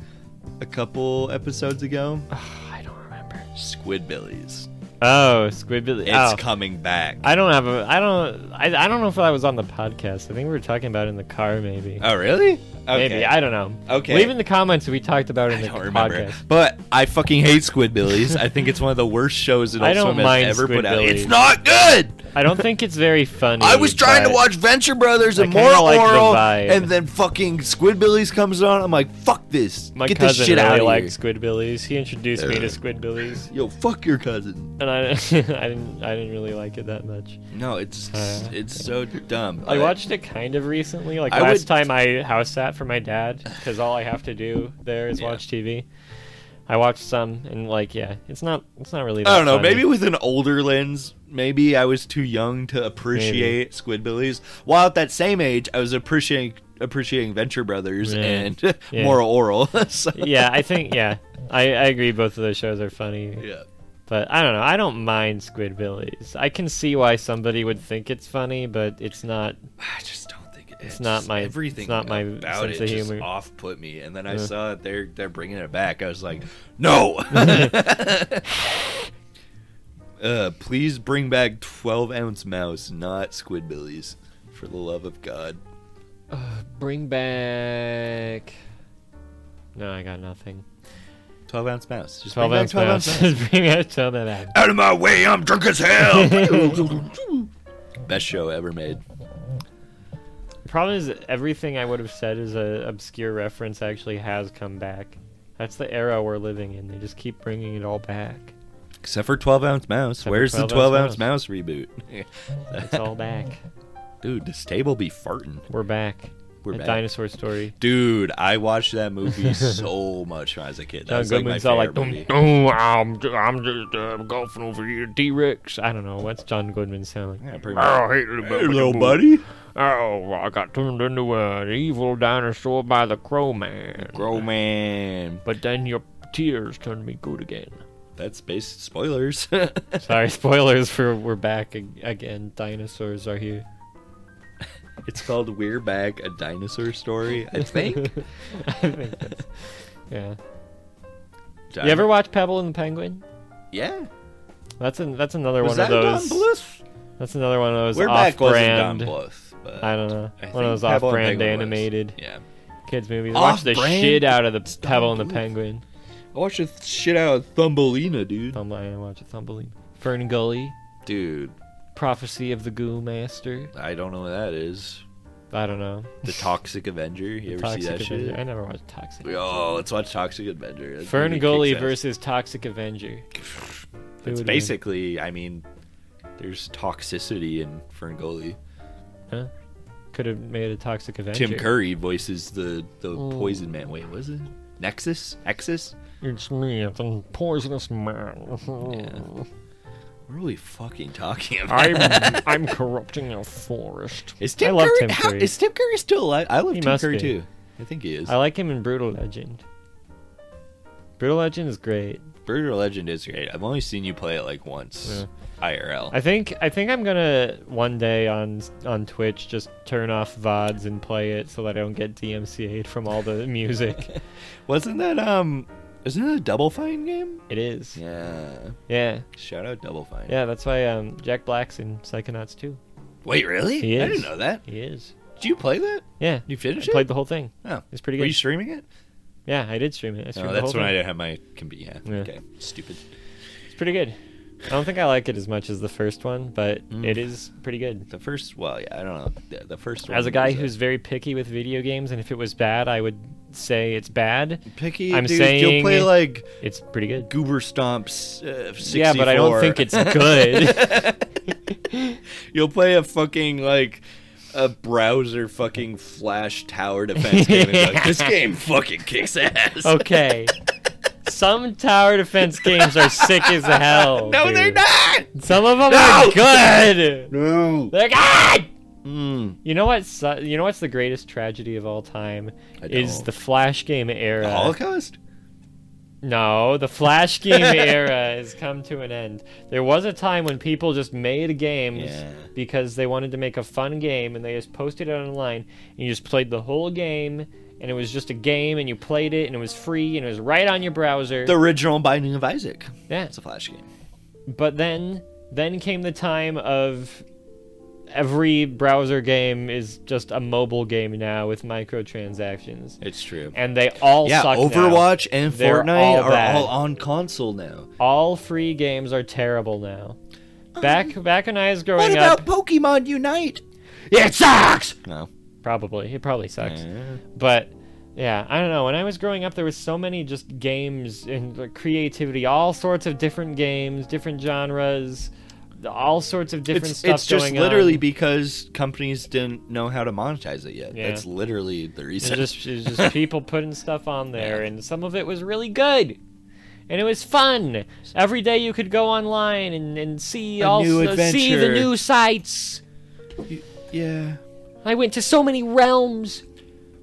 Speaker 2: a couple episodes ago.
Speaker 1: I don't remember.
Speaker 2: Squidbillies.
Speaker 1: Oh, Squidbillies.
Speaker 2: It's
Speaker 1: Oh.
Speaker 2: coming back.
Speaker 1: I don't have a. I don't. I, I don't know if I was on the podcast. I think we were talking about it in the car, maybe.
Speaker 2: Oh, really? Okay.
Speaker 1: Maybe I don't know.
Speaker 2: Okay.
Speaker 1: Leave in the comments if we talked about it in
Speaker 2: I
Speaker 1: the
Speaker 2: don't
Speaker 1: podcast.
Speaker 2: remember. But I fucking hate Squidbillies. I think it's one of the worst shows Adult
Speaker 1: I don't
Speaker 2: Swim has
Speaker 1: mind
Speaker 2: ever put out.
Speaker 1: Squidbillies.
Speaker 2: It's not good.
Speaker 1: I don't think it's very funny.
Speaker 2: I was trying to
Speaker 1: but-
Speaker 2: watch Venture Brothers
Speaker 1: I
Speaker 2: and
Speaker 1: kinda
Speaker 2: Moral
Speaker 1: like the
Speaker 2: Oral,
Speaker 1: vibe.
Speaker 2: and then fucking Squidbillies comes on. I'm like, fuck this.
Speaker 1: My
Speaker 2: Get this
Speaker 1: cousin
Speaker 2: shit
Speaker 1: really
Speaker 2: out of
Speaker 1: liked
Speaker 2: here.
Speaker 1: Squidbillies. He introduced me to Squidbillies,
Speaker 2: Yo, fuck your cousin.
Speaker 1: and I, I didn't. I didn't really like it that much.
Speaker 2: No, it's
Speaker 1: Uh,
Speaker 2: it's so dumb.
Speaker 1: I watched it kind of recently. Like
Speaker 2: I
Speaker 1: last
Speaker 2: would-
Speaker 1: time I house sat for my dad, because all I have to do there is watch TV. I watched some, and like, yeah, it's not. It's not really. That
Speaker 2: I don't know.
Speaker 1: funny.
Speaker 2: Maybe with an older lens, maybe I was too young to appreciate Squidbillies. While at that same age, I was appreciating appreciating Venture Brothers
Speaker 1: Yeah.
Speaker 2: and
Speaker 1: Yeah.
Speaker 2: Moral Oral. so,
Speaker 1: yeah, I think yeah, I, I agree. Both of those shows are funny,
Speaker 2: yeah.
Speaker 1: but I don't know. I don't mind Squidbillies. I can see why somebody would think it's funny, but it's not.
Speaker 2: I just don't think it's,
Speaker 1: not my-
Speaker 2: everything
Speaker 1: it's not my
Speaker 2: about
Speaker 1: sense
Speaker 2: it
Speaker 1: of
Speaker 2: just
Speaker 1: humor.
Speaker 2: off put me, and then I saw that they're they're bringing it back. I was like, no. uh, please bring back twelve ounce mouse, not squidbillies, for the love of God.
Speaker 1: Bring back. No, I got nothing.
Speaker 2: Twelve ounce mouse, just
Speaker 1: Twelve
Speaker 2: bring
Speaker 1: ounce
Speaker 2: back
Speaker 1: mouse.
Speaker 2: twelve ounce mouse.
Speaker 1: Bring out twelve ounce.
Speaker 2: Out of my way, I'm drunk as hell. Best show ever made.
Speaker 1: problem is everything I would have said is a obscure reference actually has come back. That's the era we're living in. They just keep bringing it all back.
Speaker 2: Except for 12 Ounce Mouse.
Speaker 1: Except for
Speaker 2: Where's the
Speaker 1: 12
Speaker 2: 12
Speaker 1: Ounce
Speaker 2: Ounce Mouse reboot?
Speaker 1: It's all back.
Speaker 2: Dude, this table be farting.
Speaker 1: We're back.
Speaker 2: We're
Speaker 1: a
Speaker 2: back.
Speaker 1: dinosaur story.
Speaker 2: Dude, I watched that movie so much when I was a kid. That
Speaker 1: John
Speaker 2: was like my
Speaker 1: Goodman's all like,
Speaker 2: favorite
Speaker 1: "Dum
Speaker 2: movie.
Speaker 1: dum, I'm, ju- I'm just uh, golfing over here, T Rex." I don't know what's John Goodman sound like.
Speaker 2: Yeah, pretty
Speaker 8: Oh,
Speaker 2: much.
Speaker 8: hey, little,
Speaker 2: Hey, little buddy.
Speaker 8: Oh, I got turned into an evil dinosaur by the Crow Man.
Speaker 2: Grow man.
Speaker 8: But then your tears turned me good again.
Speaker 2: That's based spoilers.
Speaker 1: Sorry, spoilers for we're back ag- again. Dinosaurs are here.
Speaker 2: It's called We're Back, a Dinosaur Story, I think.
Speaker 1: I think that's, yeah.
Speaker 2: Dino-
Speaker 1: You ever watch Pebble and the Penguin?
Speaker 2: Yeah.
Speaker 1: That's an that's another
Speaker 2: Was
Speaker 1: one
Speaker 2: that
Speaker 1: of those.
Speaker 2: Don Bluth?
Speaker 1: That's another one of those
Speaker 2: We're Back wasn't Don
Speaker 1: off-brand.
Speaker 2: Bluth. But
Speaker 1: I don't know.
Speaker 2: I
Speaker 1: one
Speaker 2: think
Speaker 1: of those
Speaker 2: Pebble and
Speaker 1: off-brand
Speaker 2: Penguin was.
Speaker 1: animated
Speaker 2: Yeah.
Speaker 1: kids movies. I watched the
Speaker 2: Off-brand
Speaker 1: shit out of the Pebble and the Penguin.
Speaker 2: I watched the shit out of Thumbelina, dude.
Speaker 1: Thumb, I watched Thumbelina. Fern Gully,
Speaker 2: Dude,
Speaker 1: Prophecy of the Goo Master.
Speaker 2: I don't know what that is.
Speaker 1: I don't know.
Speaker 2: The Toxic Avenger. You ever
Speaker 1: Toxic
Speaker 2: see that
Speaker 1: Avenger. I
Speaker 2: shit?
Speaker 1: never watched Toxic.
Speaker 2: Oh, let's watch Toxic Avenger. That
Speaker 1: Fern
Speaker 2: movie
Speaker 1: Gully
Speaker 2: kicks ass.
Speaker 1: versus Toxic Avenger. Who
Speaker 2: It's
Speaker 1: would win?
Speaker 2: basically, I mean, there's toxicity in Ferngully.
Speaker 1: could have made a Toxic Avenger.
Speaker 2: Tim Curry voices the the
Speaker 1: Oh.
Speaker 2: poison man. Wait, was it Nexus? Nexus?
Speaker 9: It's me, the poisonous man.
Speaker 2: What are we fucking talking about?
Speaker 9: I'm I'm corrupting your forest.
Speaker 2: Is Tim
Speaker 1: I love
Speaker 2: Curry,
Speaker 1: Tim
Speaker 2: how-
Speaker 1: Curry.
Speaker 2: Is Tim Curry still alive? I love
Speaker 1: He
Speaker 2: Tim
Speaker 1: must
Speaker 2: Curry
Speaker 1: be.
Speaker 2: too. I think he is.
Speaker 1: I like him in Brutal Legend. Brutal Legend is great.
Speaker 2: Brutal Legend is great. I've only seen you play it like once. IRL.
Speaker 1: I think I think I'm gonna one day on on Twitch just turn off VODs and play it so that I don't get DMCA'd from all the music.
Speaker 2: Wasn't that um? Isn't that a Double Fine game?
Speaker 1: it is. Yeah.
Speaker 2: Yeah.
Speaker 1: yeah.
Speaker 2: Shout out Double Fine.
Speaker 1: that's why um, Jack Black's in Psychonauts 2.
Speaker 2: Wait, really?
Speaker 1: He
Speaker 2: I
Speaker 1: is.
Speaker 2: didn't know that.
Speaker 1: He is.
Speaker 2: Did you play that?
Speaker 1: Yeah.
Speaker 2: You finished
Speaker 1: I
Speaker 2: it?
Speaker 1: played the whole thing.
Speaker 2: Oh,
Speaker 1: It's pretty
Speaker 2: Were you
Speaker 1: good.
Speaker 2: streaming it?
Speaker 1: Yeah, I did stream it. I streamed
Speaker 2: Oh,
Speaker 1: the whole
Speaker 2: that's when
Speaker 1: thing.
Speaker 2: I didn't have my computer. Yeah.
Speaker 1: Yeah.
Speaker 2: Okay. Stupid.
Speaker 1: It's pretty good. I don't think I like it as much as the first one, but
Speaker 2: Mm.
Speaker 1: it is pretty good.
Speaker 2: The first, well, yeah, I don't know. The, the first one.
Speaker 1: As a guy
Speaker 2: was uh,
Speaker 1: who's very picky with video games, and if it was bad, I would say it's bad.
Speaker 2: picky,
Speaker 1: I'm
Speaker 2: dude,
Speaker 1: saying-
Speaker 2: you'll play like
Speaker 1: It's pretty good.
Speaker 2: Goober Stomps. Uh, 64.
Speaker 1: Yeah, but I don't think it's good.
Speaker 2: You'll play a fucking like a browser fucking flash tower defense game. And be like, this game fucking kicks ass.
Speaker 1: Oh, okay. Some tower defense games are sick as hell.
Speaker 2: no,
Speaker 1: dude.
Speaker 2: they're not.
Speaker 1: Some of them
Speaker 2: No!
Speaker 1: are good.
Speaker 2: No.
Speaker 1: They're "Ah!" good.
Speaker 2: Mm.
Speaker 1: You know what? su- You know what's the greatest tragedy of all time
Speaker 2: I
Speaker 1: is
Speaker 2: don't.
Speaker 1: the Flash game era.
Speaker 2: The Holocaust?
Speaker 1: No, the Flash game era has come to an end. There was a time when people just made games
Speaker 2: Yeah.
Speaker 1: because they wanted to make a fun game and they just posted it online and you just played the whole game and it was just a game and you played it and it was free and it was right on your browser.
Speaker 2: The original Binding of Isaac.
Speaker 1: yeah.
Speaker 2: It's a flash game.
Speaker 1: But then then came the time of every browser game is just a mobile game now with microtransactions.
Speaker 2: It's true.
Speaker 1: And they all
Speaker 2: yeah,
Speaker 1: suck now.
Speaker 2: Overwatch and
Speaker 1: They're
Speaker 2: Fortnite
Speaker 1: all
Speaker 2: are
Speaker 1: bad.
Speaker 2: all on console now.
Speaker 1: all free games are terrible now. Back back when I was growing
Speaker 2: What about
Speaker 1: up,
Speaker 2: Pokemon Unite?
Speaker 1: it sucks.
Speaker 2: No.
Speaker 1: Probably it probably sucks, but yeah, I don't know. When I was growing up, there was so many just games and like, creativity, all sorts of different games, different genres, all sorts of different
Speaker 2: It's,
Speaker 1: stuff
Speaker 2: it's just
Speaker 1: going
Speaker 2: literally
Speaker 1: on.
Speaker 2: because companies didn't know how to monetize it yet.
Speaker 1: Yeah.
Speaker 2: That's literally the
Speaker 1: It's
Speaker 2: reason.
Speaker 1: just it's just people putting stuff on there, and some of it was really good. And it was fun. Every day you could go online and, and see
Speaker 2: A
Speaker 1: all
Speaker 2: new
Speaker 1: see the
Speaker 2: adventure.
Speaker 1: new sites.
Speaker 2: yeah.
Speaker 1: I went to so many realms.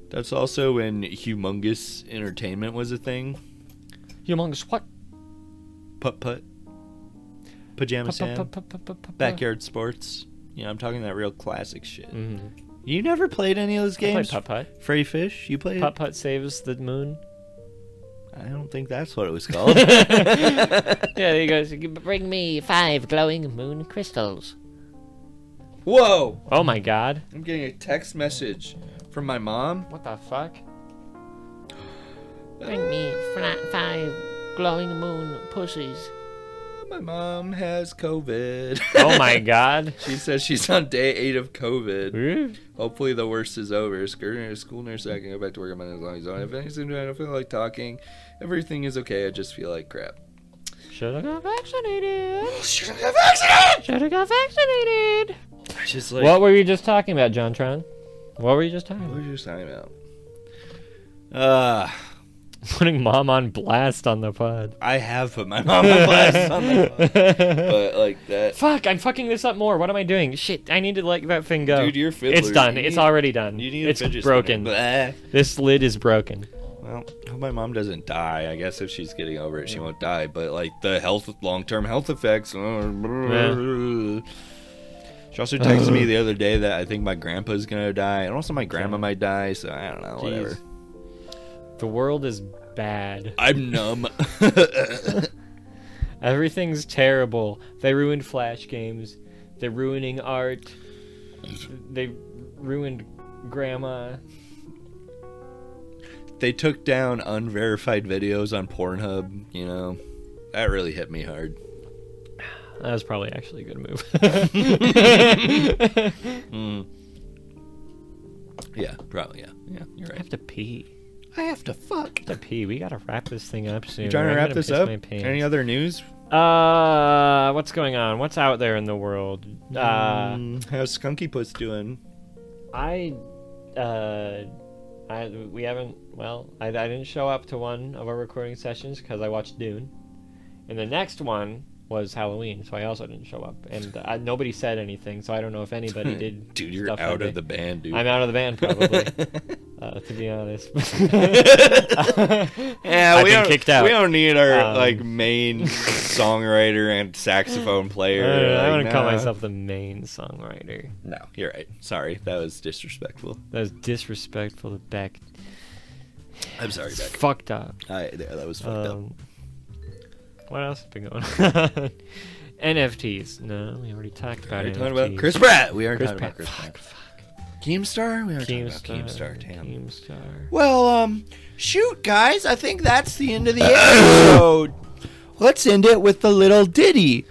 Speaker 2: That's also when humongous entertainment was a thing.
Speaker 1: Humongous what?
Speaker 2: Putt putt. Pajama Sam.
Speaker 1: Backyard.
Speaker 2: Backyard sports. You know, I'm talking that real classic shit. You never played any of those
Speaker 1: Mm-hmm. I played
Speaker 2: games?
Speaker 1: putt putt.
Speaker 2: Free Fish? You played?
Speaker 1: Putt putt saves the moon.
Speaker 2: I don't think that's what it was called.
Speaker 1: Yeah, there you go. So you can Bring me five glowing moon crystals.
Speaker 2: Whoa!
Speaker 1: Oh my god.
Speaker 2: I'm getting a text message from my mom.
Speaker 1: What the fuck?
Speaker 8: Bring me fla- five glowing moon pussies.
Speaker 2: My mom has COVID.
Speaker 1: Oh my god.
Speaker 2: she says she's on day eight of COVID.
Speaker 1: Ooh.
Speaker 2: Hopefully the worst is over. Skirting a school nurse, so I can go back to work on Monday as long as I don't have anything to do. I don't feel like talking. Everything is okay. I just feel like crap.
Speaker 1: Should have got vaccinated.
Speaker 2: Oh, I
Speaker 1: Should have got vaccinated.
Speaker 2: just like
Speaker 1: What were you just talking about, Jontron? What were you just talking
Speaker 2: what
Speaker 1: about?
Speaker 2: was your sign out? Uh,
Speaker 1: Putting mom on blast on the pod.
Speaker 2: I have put my mom on blast, on the phone, but like that.
Speaker 1: Fuck, I'm fucking this up more. What am I doing? Shit, I need to let that thing go.
Speaker 2: Dude, you're fiddler.
Speaker 1: It's done.
Speaker 2: You
Speaker 1: it's
Speaker 2: need-
Speaker 1: already done.
Speaker 2: You need a
Speaker 1: it's
Speaker 2: fidget spinner.
Speaker 1: broken.
Speaker 2: Blah.
Speaker 1: This lid is broken.
Speaker 2: Well, I hope my mom doesn't die. I guess if she's getting over it, she won't die. But like the health, long-term health effects. uh,
Speaker 1: Yeah.
Speaker 2: She also texted me the other day that I think my grandpa's gonna die, and also my grandma might die. So I don't know, whatever.
Speaker 1: Jeez. The world is bad.
Speaker 10: I'm numb.
Speaker 1: Everything's terrible. They ruined Flash games. They're ruining art. They ruined grandma.
Speaker 2: They took down unverified videos on Pornhub. You know, that really hit me hard.
Speaker 1: That was probably actually a good move. Hmm.
Speaker 2: Yeah, probably. Yeah, yeah, you're
Speaker 1: I
Speaker 2: right.
Speaker 1: have to pee.
Speaker 2: I have to fuck.
Speaker 1: I have to pee. We gotta wrap this thing up soon.
Speaker 2: You trying to
Speaker 1: I'm
Speaker 2: wrap
Speaker 1: gonna
Speaker 2: this
Speaker 1: piss
Speaker 2: up?
Speaker 1: my pants.
Speaker 2: Any other news?
Speaker 1: Uh, what's going on? What's out there in the world? Uh,
Speaker 2: Mm, how's Skunky Puss doing?
Speaker 1: I, uh, I we haven't. Well, I, I didn't show up to one of our recording sessions because I watched Dune, and the next one was Halloween, so I also didn't show up, and uh, I, nobody said anything, so I don't know if anybody
Speaker 2: Hmm.
Speaker 1: did.
Speaker 2: Dude, you're
Speaker 1: stuff
Speaker 2: out
Speaker 1: like
Speaker 2: of the
Speaker 1: that.
Speaker 2: band, dude.
Speaker 1: I'm out of the band probably, uh, to be honest.
Speaker 2: Yeah,
Speaker 1: I've
Speaker 2: we
Speaker 1: been
Speaker 2: don't,
Speaker 1: kicked out.
Speaker 2: We don't need our
Speaker 1: Um,
Speaker 2: like main songwriter and saxophone player.
Speaker 1: Uh, I
Speaker 2: Like,
Speaker 1: want to call
Speaker 2: nah.
Speaker 1: myself the main songwriter.
Speaker 2: No, you're right. Sorry, that was disrespectful.
Speaker 1: That was disrespectful to Beck.
Speaker 2: I'm sorry,
Speaker 1: It's
Speaker 2: Beck.
Speaker 1: fucked up.
Speaker 2: I, yeah, that was fucked up.
Speaker 1: Um, what else has been going on? NFTs. No, we already talked about
Speaker 2: Are you
Speaker 1: it.
Speaker 2: talking about Chris Pratt? We are
Speaker 1: Chris
Speaker 2: talking about
Speaker 1: Pratt.
Speaker 2: Chris
Speaker 1: Fuck,
Speaker 2: Pratt. Keemstar? We are talking
Speaker 1: Keemstar.
Speaker 2: about Keemstar. Damn.
Speaker 1: Keemstar.
Speaker 2: Well, um, shoot, guys, I think that's the end of the episode. Let's end it with the little ditty.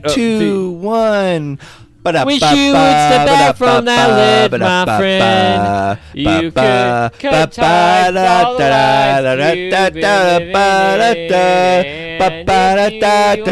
Speaker 1: We- uh,
Speaker 2: two, one. Ba-da,
Speaker 1: Wish
Speaker 2: ba-
Speaker 1: you would
Speaker 2: ba-
Speaker 1: step back
Speaker 2: ba-da,
Speaker 1: from that
Speaker 2: ba-
Speaker 1: lid,
Speaker 2: ba-da,
Speaker 1: my
Speaker 2: ba-
Speaker 1: friend.
Speaker 2: ba-
Speaker 1: You
Speaker 2: ba-
Speaker 1: could
Speaker 2: ba-
Speaker 1: cut ties
Speaker 2: da-
Speaker 1: all the
Speaker 2: da- da-
Speaker 1: lies
Speaker 2: da-
Speaker 1: you've
Speaker 2: da-
Speaker 1: been
Speaker 2: da-
Speaker 1: living
Speaker 2: ba- da- da-
Speaker 1: in.
Speaker 2: ba- ba- da-
Speaker 1: If you
Speaker 2: da-